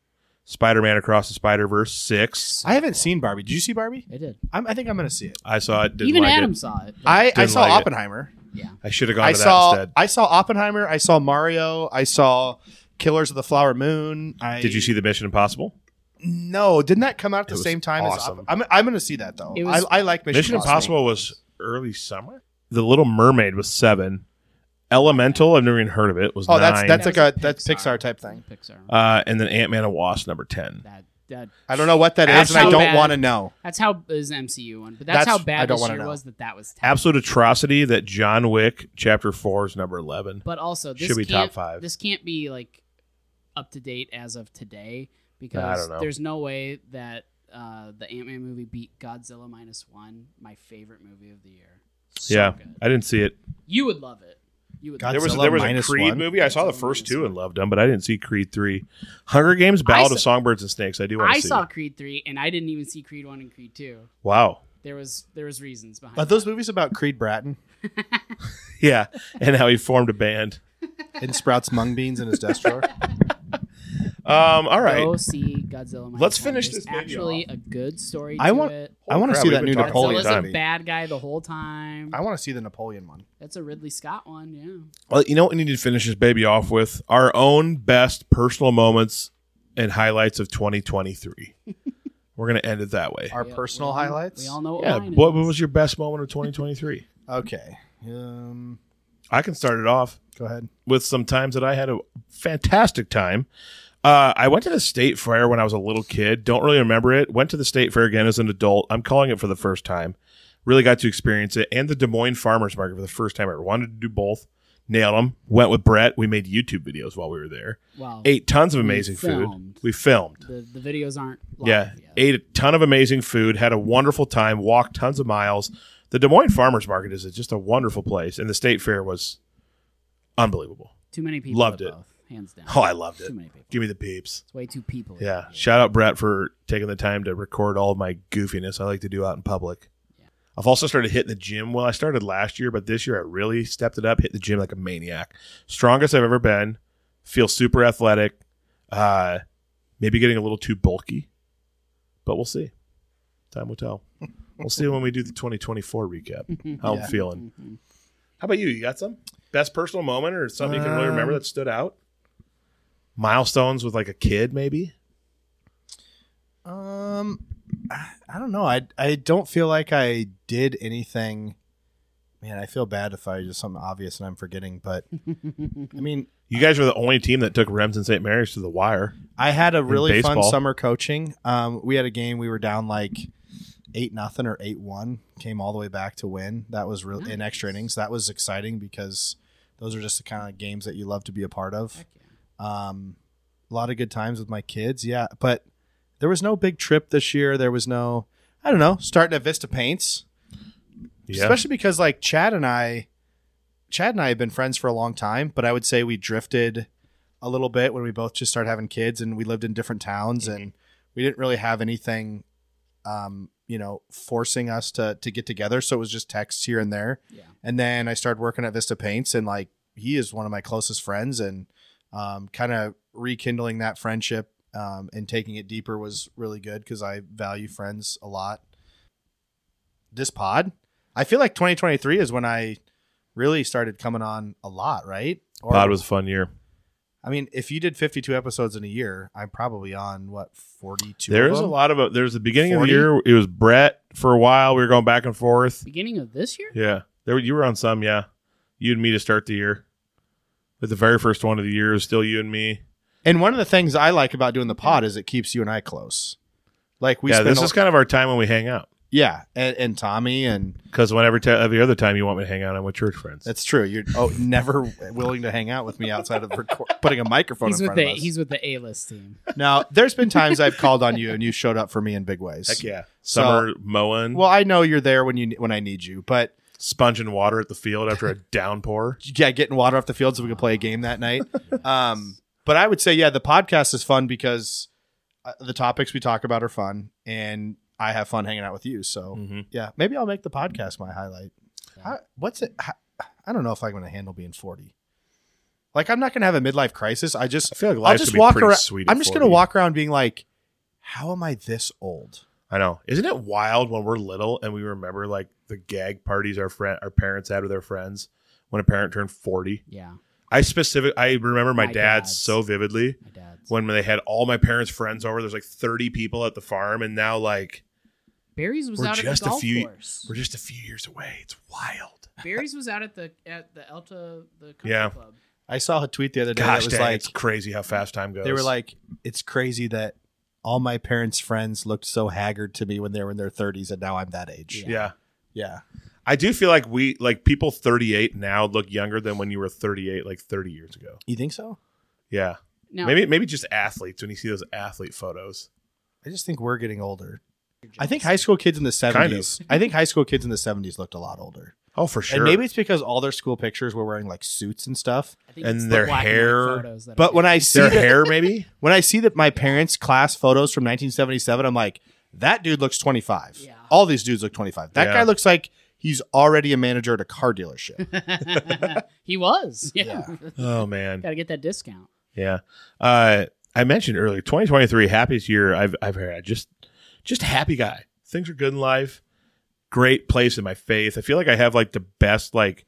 Spider Man Across the Spider Verse six. I haven't seen Barbie. Did you see Barbie? It did. I'm, I think I'm gonna see it. I saw it. Didn't Even like Adam it. saw it. I, I Didn't saw like it. Oppenheimer. Yeah. I should have gone I to that saw instead. I saw Oppenheimer. I saw Mario. I saw Killers of the Flower Moon. I, Did you see the Mission Impossible? No, didn't that come out at It the was same time awesome. as? Opp- I'm I'm gonna see that though. It was- I, I like Mission, Mission Impossible was early summer. The Little Mermaid was seven. Elemental, I've never even heard of it. Was Oh, nine. that's that's That like was a that's Pixar type thing. Pixar. Uh, and then Ant Man and Wasp number ten. that that I don't know what that is, That's and I how don't bad. want to know. that's how is MCU one, but that's, That's- how I bad don't this wanna year know. was that that was. terrible. Absolute atrocity that John Wick Chapter Four is number eleven. But also, this Should be top can't- five. This can't be like up to date as of today I because don't know. there's no way that uh, the Ant Man movie beat Godzilla minus one, my favorite movie of the year. So yeah, good. I didn't see it. you would love it. You would. God, there was Godzilla there was a minus Creed one. movie. I saw the Godzilla first minus two one. and loved them, but I didn't see Creed three. Hunger Games: Ballad saw- of Songbirds and Snakes. I do want I to see. saw Creed three, and I didn't even see Creed one and Creed two. Wow. There was there was reasons behind. Are those movies about Creed Bratton Yeah, and how he formed a band. and sprouts mung beans in his desk drawer? Um. All right. Go see Godzilla. minus Let's one. finish There's this movie actually a good story. I to want- It. I want to crap, see we've that been new talking Napoleon Godzilla's a Dynamite. movie. bad guy the whole time. I want to see the Napoleon one. That's a Ridley Scott one. Yeah. Well, you know what we need to finish this baby off with? Our own best personal moments and highlights of 2023. We're gonna end it that way. Our We- personal we all- highlights. We all know. What Yeah. mine What, is. what was your best moment of 2023? Okay. Um, I can start it off. go ahead. with some times that I had a fantastic time. Uh, I went to the state fair when I was a little kid. Don't really remember it. Went to the state fair again as an adult. I'm calling it for the first time. Really got to experience it and the Des Moines Farmers Market for the first time ever. Wanted to do both. Nailed them. Went with Brett. We made YouTube videos while we were there. Wow. Ate tons of amazing food. filmed. We filmed. The, the videos aren't. Live Yeah. Yet. Ate a ton of amazing food, had a wonderful time, walked tons of miles. The Des Moines Farmers Market is just a wonderful place, and the state fair was unbelievable. Too many people. Loved at it. Both, hands down. Oh, I loved it. Too many people. Give me the peeps. It's way too people. Yeah. Shout out Brett for taking the time to record all of my goofiness I like to do out in public. I've also started hitting the gym. Well, I started last year, but this year I really stepped it up, hit the gym like a maniac. Strongest I've ever been. Feel super athletic. Uh maybe getting a little too bulky. But we'll see. Time will tell. We'll see when we do the 2024 recap. How Yeah. I'm feeling. How about you? You got some best personal moment or something you can really remember Um, that stood out? Milestones with like a kid, maybe? Um, I, I don't know. I I don't feel like I did anything. Man, I feel bad if I just something obvious and I'm forgetting. But I mean, You guys were the only team that took Rems and St. Mary's to the wire. I had a really fun baseball. summer coaching. Um, we had a game. We were down like eight nothing or eight one. Came all the way back to win. That was real in extra innings. That was exciting because those are just the kind of games that you love to be a part of. Heck yeah. Um, a lot of good times with my kids. Yeah, but there was no big trip this year. There was no. I don't know. Starting at Vista Paints. especially because like Chad and I, Chad and I have been friends for a long time, but I would say we drifted a little bit when we both just started having kids and we lived in different towns and we didn't really have anything, um, you know, forcing us to to get together. So it was just texts here and there. Yeah. And then I started working at Vista Paints and like he is one of my closest friends and um, kind of rekindling that friendship um, and taking it deeper was really good because I value friends a lot. This pod, I feel like 2023 is when I really started coming on a lot, right? Or, Pod was a fun year. I mean, if you did 52 episodes in a year, I'm probably on what 42. There of is a them? lot of there's the beginning of 40? the year. It was Brett for a while. We were going back and forth. Beginning of this year. Yeah, there were- you were on some. Yeah, you and me to start the year. But the very first one of the year is still you and me. And one of the things I like about doing the pod is it keeps you and I close. Like we yeah, spend this a- is kind of our time when we hang out. yeah, and, and Tommy and Because whenever t- every other time you want me to hang out, I'm with church friends. That's true. You're oh, never willing to hang out with me outside of record, putting a microphone He's in with front the of us. he's with the A list team. Now, there's been times I've called on you and you showed up for me in big ways. Heck yeah, summer mowing, Well, I know you're there when you when I need you, but sponging water at the field after a downpour. yeah, getting water off the field so we could play a game that night. Um, but I would say, yeah, the podcast is fun because uh, the topics we talk about are fun, and I have fun hanging out with you. So Mhm. yeah, maybe I'll make the podcast my highlight. How- what's it? How, I don't know if I'm going to handle being 40. Like I'm not going to have a midlife crisis. I just I feel like I'll life's just gonna be walk pretty around. sweet. at I'm just gonna 40. walk around being like, "How am I this old?" I know. Isn't it wild when we're little and we remember like the gag parties our friend our parents had with their friends when a parent turned 40? Yeah, I specific I remember my, My dad dad's. so vividly my dad's. when they had all my parents' friends over. There's like 30 people at the farm and now like Barry's was We're out at just the a golf few- course. we're just a few years away. It's wild. Barry's was out at the at the Elta the country Yeah. club. I saw a tweet the other day Gosh, that was dang, like, it's crazy how fast time goes. they were like, "It's crazy that all my parents' friends looked so haggard to me when they were in their 30s, and now I'm that age." yeah. yeah. I do feel like we like people 38 now look younger than when you were 38 like 30 years ago. You think so? Yeah. Now, Maybe maybe just athletes when you see those athlete photos. I just think we're getting older. I think high school kids in the 70s. I think high school kids in the 70s looked a lot older. Oh, for sure. And maybe it's because all their school pictures were wearing like suits and stuff. I think And it's the their black white hair- photos that But I when I see their the- hair, maybe. when I see that my parents' class photos from 1977, I'm like, that dude looks 25. Yeah. All these dudes look 25. That Yeah. guy looks like he's already a manager at a car dealership. he was. Yeah. Oh man. Got to get that discount. Yeah. Uh, I mentioned earlier, 2023, happiest year I've I've had. Just just happy guy. Things are good in life. Great place in my faith. I feel like I have like the best like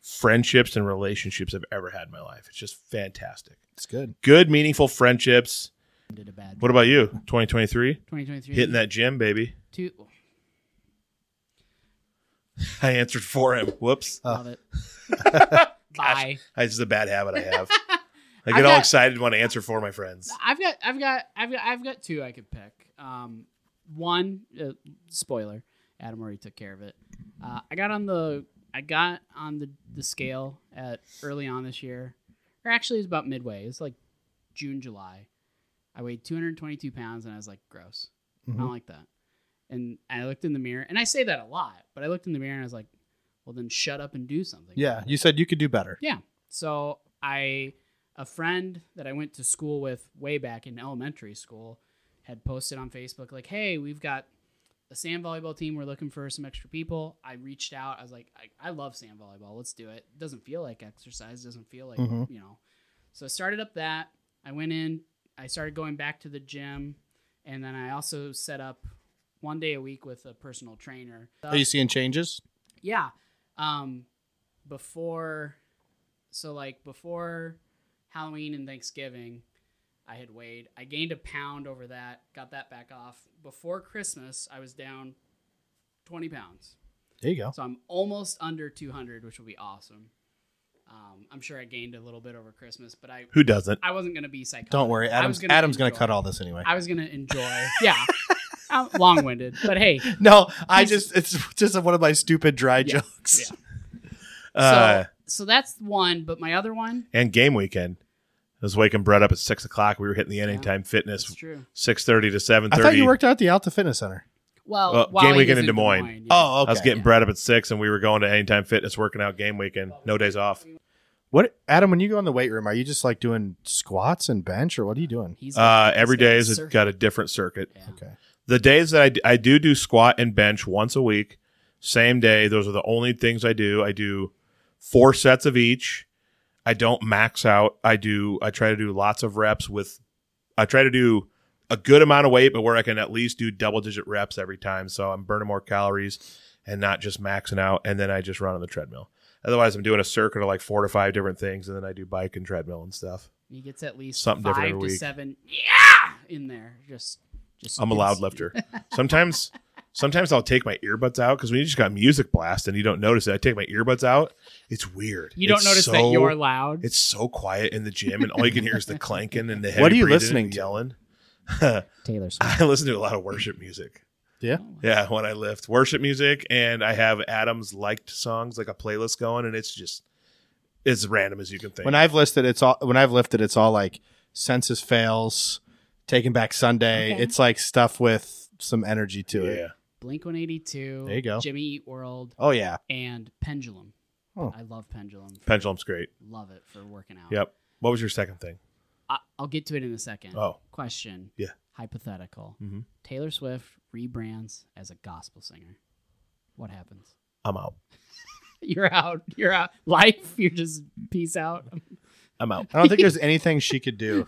friendships and relationships I've ever had in my life. It's just fantastic. it's good. Good, meaningful friendships. Did a bad What about you? 2023, 2023. hitting that gym, baby. Two, I answered for him. Whoops. love it. Bye. This is a bad habit I have. I I get all got- excited when I answer for my friends. I've got, I've got, I've got, I've got two I could pick. Um, one uh, spoiler: Adam already took care of it. Uh, I got on the, I got on the the scale at early on this year, or actually it's about midway. It's like June, July. I weighed 222 pounds, and I was like, gross. I Mhm. don't like that. And I looked in the mirror, and I say that a lot, but I looked in the mirror and I was like, well, then shut up and do something. Yeah. You said you could do better. Yeah. So I, a friend that I went to school with way back in elementary school, had posted on Facebook like, "Hey, we've got a sand volleyball team. We're looking for some extra people." I reached out. I was like, "I, I love sand volleyball. Let's do it. it doesn't feel like exercise. Doesn't feel like Mhm. you know." So I started up that. I went in. I started going back to the gym, and then I also set up one day a week with a personal trainer. Are you seeing changes? Yeah. Um before so like before Halloween and Thanksgiving, I had weighed. I gained a pound over that, got that back off. Before Christmas, I was down 20 pounds. There you go. So I'm almost under 200, which will be awesome. Um, I'm sure I gained a little bit over Christmas, but I Who doesn't? I wasn't going to be psychotic. Don't worry. I Adam's was gonna Adam's going to enjoy. cut all this anyway. I was going to enjoy. Yeah. I'm long-winded, but hey. no, I He's- just it's just one of my stupid dry Yeah. jokes. Yeah. Uh, so so that's one, but my other one, and game weekend. I was waking Brett up at six o'clock. We were hitting the Anytime that's Fitness true. six thirty to seven I thirty. thought you worked out at the Alta Fitness Center. Well, Well, while game he weekend was in Des Moines. yeah. Oh, okay. I was getting Brett up at six, and we were going to Anytime Fitness, working out game weekend, no days off. What Adam, when you go in the weight room, are you just like doing squats and bench or what are you doing? He's Uh, every day he's is circuit. got a different circuit. Yeah. Okay. The days that I d- I do do squat and bench once a week, same day. Those are the only things I do. I do four sets of each. I don't max out. I do. I try to do lots of reps with. I try to do a good amount of weight, but where I can at least do double digit reps every time, so I'm burning more calories and not just maxing out. And then I just run on the treadmill. Otherwise, I'm doing a circuit of like four to five different things, and then I do bike and treadmill and stuff. He gets at least Something five different every to week. seven. Yeah, in there, just just. I'm a loud lifter. Sometimes, sometimes I'll take my earbuds out because when you just got music blast and you don't notice it, I take my earbuds out. It's weird. You don't It's notice that so- you're loud. It's so quiet in the gym, and all you can hear is the clanking and the heavy What are you breathing and listening to? Yelling. Taylor Swift. I listen to a lot of worship music. Yeah. Ah, Oh, Yeah, when I lift, worship music, and I have Adam's liked songs like a playlist going, and it's just as random as you can think. When I've listed, it's all when I've lifted, it's all like census fails, taking back Sunday. Okay. It's like stuff with some energy to yeah, it. Blink 182. There you go. Jimmy Eat World Oh yeah, and Pendulum. Oh. I love Pendulum. pendulum's great. Love it for working out. Yep. What was your second thing? I, I'll get to it in a second. Oh. Question. Yeah. Hypothetical. Mhm. Taylor Swift rebrands as a gospel singer. What happens? I'm out. You're out. You're out. Life. You're just peace out. I'm out. I don't think there's anything she could do.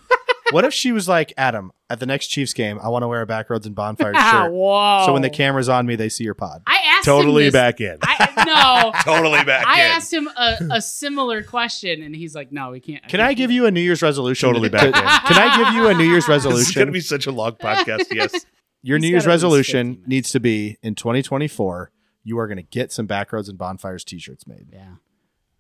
What if she was like Adam at the next Chiefs game? I want to wear a backroads and bonfire Ah, shirt. whoa. So when the camera's on me, they see your pod. I asked Totally him this- back in. I, no, Totally back I in. asked him a, a similar question, and he's like, "No, we can't." Can I give you a New Year's resolution? Totally to- to- back Can I give you a New Year's This is going to resolution? be such a long podcast. Yes. Your New He's Year's got at least 50 resolution minutes. needs to be in 2024. You are going to get some backroads and bonfires T-shirts made. Yeah,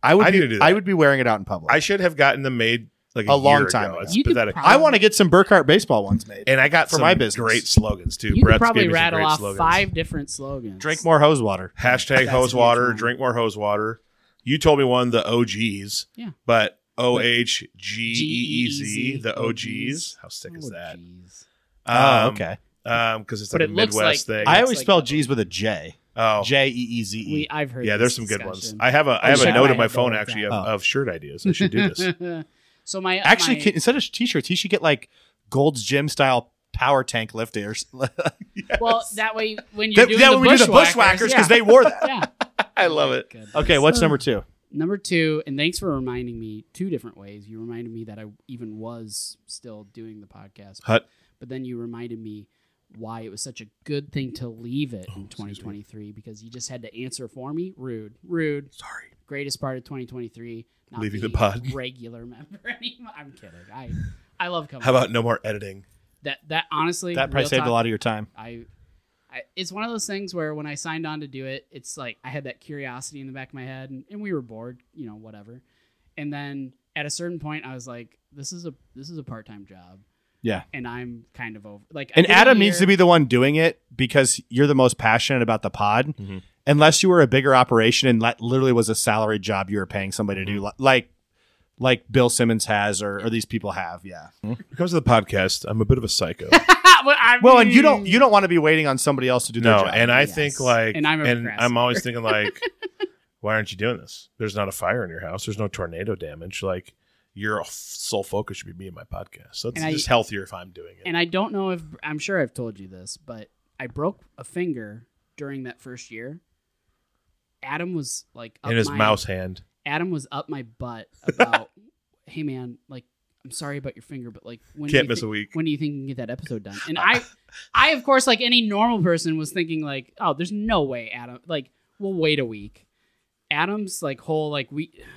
I would. I be, need to do that. I would be wearing it out in public. I should have gotten them made like a, A long year time ago. ago. It's You could pathetic. probably- I want to get some Burkhart baseball ones made. and I got for some my business. great slogans too. you could Brett's probably gave me some rattle great off slogans. five different slogans. Drink more hose water. Hashtag That's hose a huge water. one. Drink more hose water. You told me one the OGs. Yeah. But O H G E E Z G-E-E-Z, the OGs. OGs. How sick Oh, is that? jeez. Um, Oh, okay. Um, because it's But like a it looks Midwest like- thing. I it's always like- spell G's with a J. Oh, J E E Z We E. I've heard. yeah, this there's some good ones. discussion. I have a I have should a note write in my a phone bullet actually of, down. of shirt ideas. I should do this. so my uh, Actually, my- can, instead of t-shirts, he should get like Gold's Gym style power tank lifters. well that way when you're That- doing yeah, the when we do the bushwhackers yeah. because they wore that. yeah. I love it. Good. Okay, what's number two? Number two, and thanks for reminding me two different ways. You reminded me that I even was still doing the podcast, Hut. but then you reminded me why it was such a good thing to leave it Oh, in 2023 because you just had to answer for me. Rude, rude. Sorry. Greatest part of 2023, not Leaving the being a pod. regular member anymore. I'm kidding. I I love coming. How about no more editing? that? That honestly, That probably real saved talk, a lot of your time. I, I it's one of those things where when I signed on to do it, it's like I had that curiosity in the back of my head, and, and we were bored, you know, whatever. And then at a certain point, I was like, "This is a this is a part time job," Yeah. and I'm kind of over. Like, I And did a Adam year- needs to be the one doing it because you're the most passionate about the pod. Mhm. Unless you were a bigger operation and that li- literally was a salary job you were paying somebody to do, Mm-hmm. li- like like Bill Simmons has or, or these people have. Yeah. When it comes to the podcast, I'm a bit of a psycho. well, I Well, and you don't mean- you don't want to be waiting on somebody else to do their no, job. and I Yes. think like And I'm a and I'm procrastinator. always thinking like, why aren't you doing this? There's not a fire in your house. There's no tornado damage. Like your f- sole focus should be me and my podcast. So it's And I- just healthier if I'm doing it. And I don't know if I'm sure I've told you this, but I broke a finger during that first year. Adam was like up In his my- mouse hand. Adam was up my butt about, hey man, like I'm sorry about your finger, but like when do Can't you miss thi- a week. When do you think you can get that episode done? And I, I of course, like any normal person, was thinking like, oh, there's no way, Adam. Like we'll wait a week. Adam's like whole like we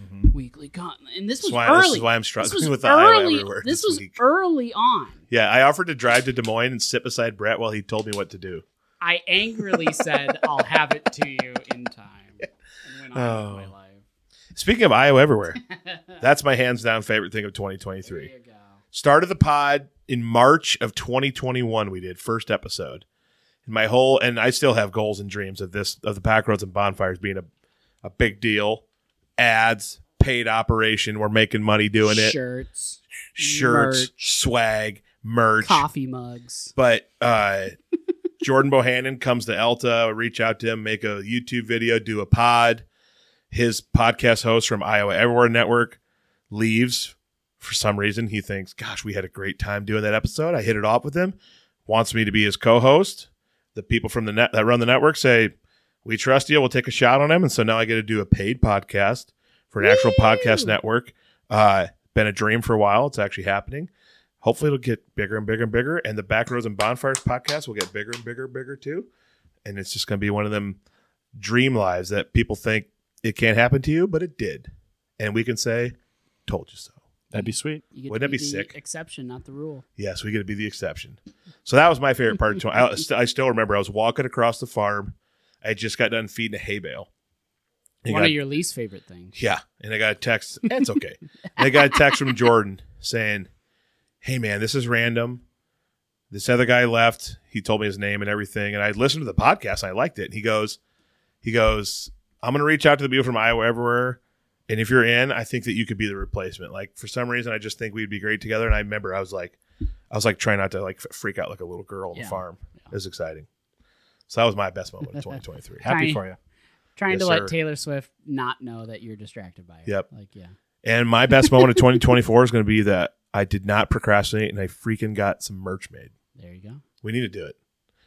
Mm-hmm. weekly con, and this This is, was why, early. this is why I'm This struggling was with the eyewear early. everywhere. This, This, was week. early on. yeah, I offered to drive to Des Moines and sit beside Brett while he told me what to do. I angrily said, "I'll have it to you in time." And went on with Oh. my life. Speaking of Iowa everywhere, that's my hands down favorite thing of There 2023. you go. Started the pod in March of 2021. We did first episode, and my whole and I still have goals and dreams of this of the pack roads and bonfires being a, a big deal. Ads, paid operation. We're making money doing it. Shirts, Shirts, merch. swag, merch. coffee mugs. But uh, Jordan Bohannon comes to Elta, reach out to him, make a YouTube video, do a pod. His podcast host from Iowa Everywhere Network leaves for some reason. He thinks, gosh, we had a great time doing that episode. I hit it off with him, wants me to be his co host. The people from the net that run the network say, we trust you. We'll take a shot on him. And so now I get to do a paid podcast for an actual Woo! podcast network. Uh, been a dream for a while. It's actually happening. Hopefully, it'll get bigger and bigger and bigger. And the Back Roads and Bonfires podcast will get bigger and bigger and bigger too. And it's just going to be one of them dream lives that people think it can't happen to you, but it did. And we can say, told you so. That'd be sweet. You get Wouldn't to that be the sick? Exception, not the rule. Yes, we get to be the exception. So that was my favorite part. Of tw- I, st- I still remember I was walking across the farm. I just got done feeding a hay bale. And One got- of your least favorite things. yeah. And I got a text. It's okay. and I got a text from Jordan saying, Hey, man, this is random. This other guy left. He told me his name and everything. And I listened to the podcast and I liked it. And he goes, He goes, I'm going to reach out to the people from Iowa Everywhere. And if you're in, I think that you could be the replacement. Like for some reason, I just think we'd be great together. And I remember I was like, I was like trying not to like f- freak out like a little girl on Yeah. the farm. It was exciting. So that was my best moment of 2023. Happy Tiny. for you. Trying Yes, to sir. let Taylor Swift not know that you're distracted by her. Yep. Like, yeah. And my best moment of 2024 is going to be that I did not procrastinate and I freaking got some merch made. There you go. We need to do it.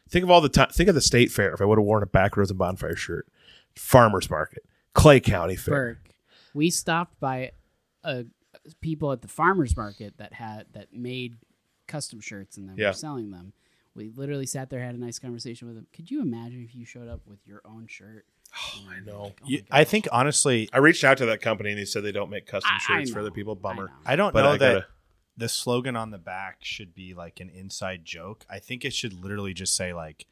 Think of all the time. Think of the state fair. If I would have worn a back roads and bonfire shirt, farmers market, Clay County Fair. Burke. We stopped by uh, people at the farmers market that had that made custom shirts and then Yeah. were selling them. We literally sat there, had a nice conversation with them. Could you imagine if you showed up with your own shirt? Oh, I know. You- I think honestly, I reached out to that company and they said they don't make custom I- I shirts for know. other people. Bummer. know. I don't But know I that gotta- the slogan on the back should be like an inside joke. I think it should literally just say like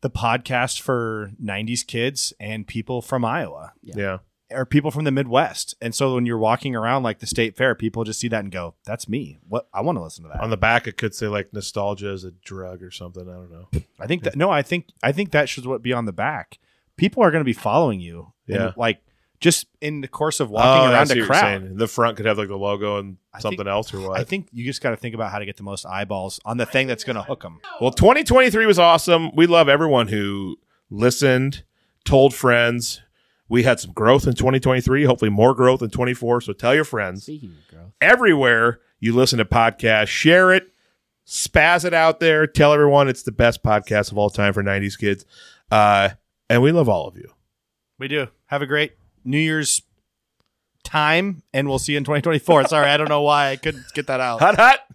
the podcast for 90s kids and people from Iowa Yeah. Yeah. or people from the Midwest. And so when you're walking around like the state fair, people just see that and go, "That's me. What I want to listen to that." On the back, it could say like nostalgia is a drug or something. I don't know. I think that no, I think I think that should what be on the back. People are going to be following you. And, Yeah. like just in the course of walking Oh, I around see a what you're crowd. saying. The front could have like the logo and I something think- else or what. I think you just got to think about how to get the most eyeballs on the thing that's going to hook them. Well, 2023 was awesome. We love everyone who listened, told friends. We had some growth in 2023, hopefully more growth in 24. So tell your friends Speaking of growth, everywhere you listen to podcasts, share it, spaz it out there, tell everyone it's the best podcast of all time for 90s kids. Uh, and we love all of you. We do. Have a great New Year's time, and we'll see you in 2024. Sorry, I don't know why I couldn't get that out. Hut, hut.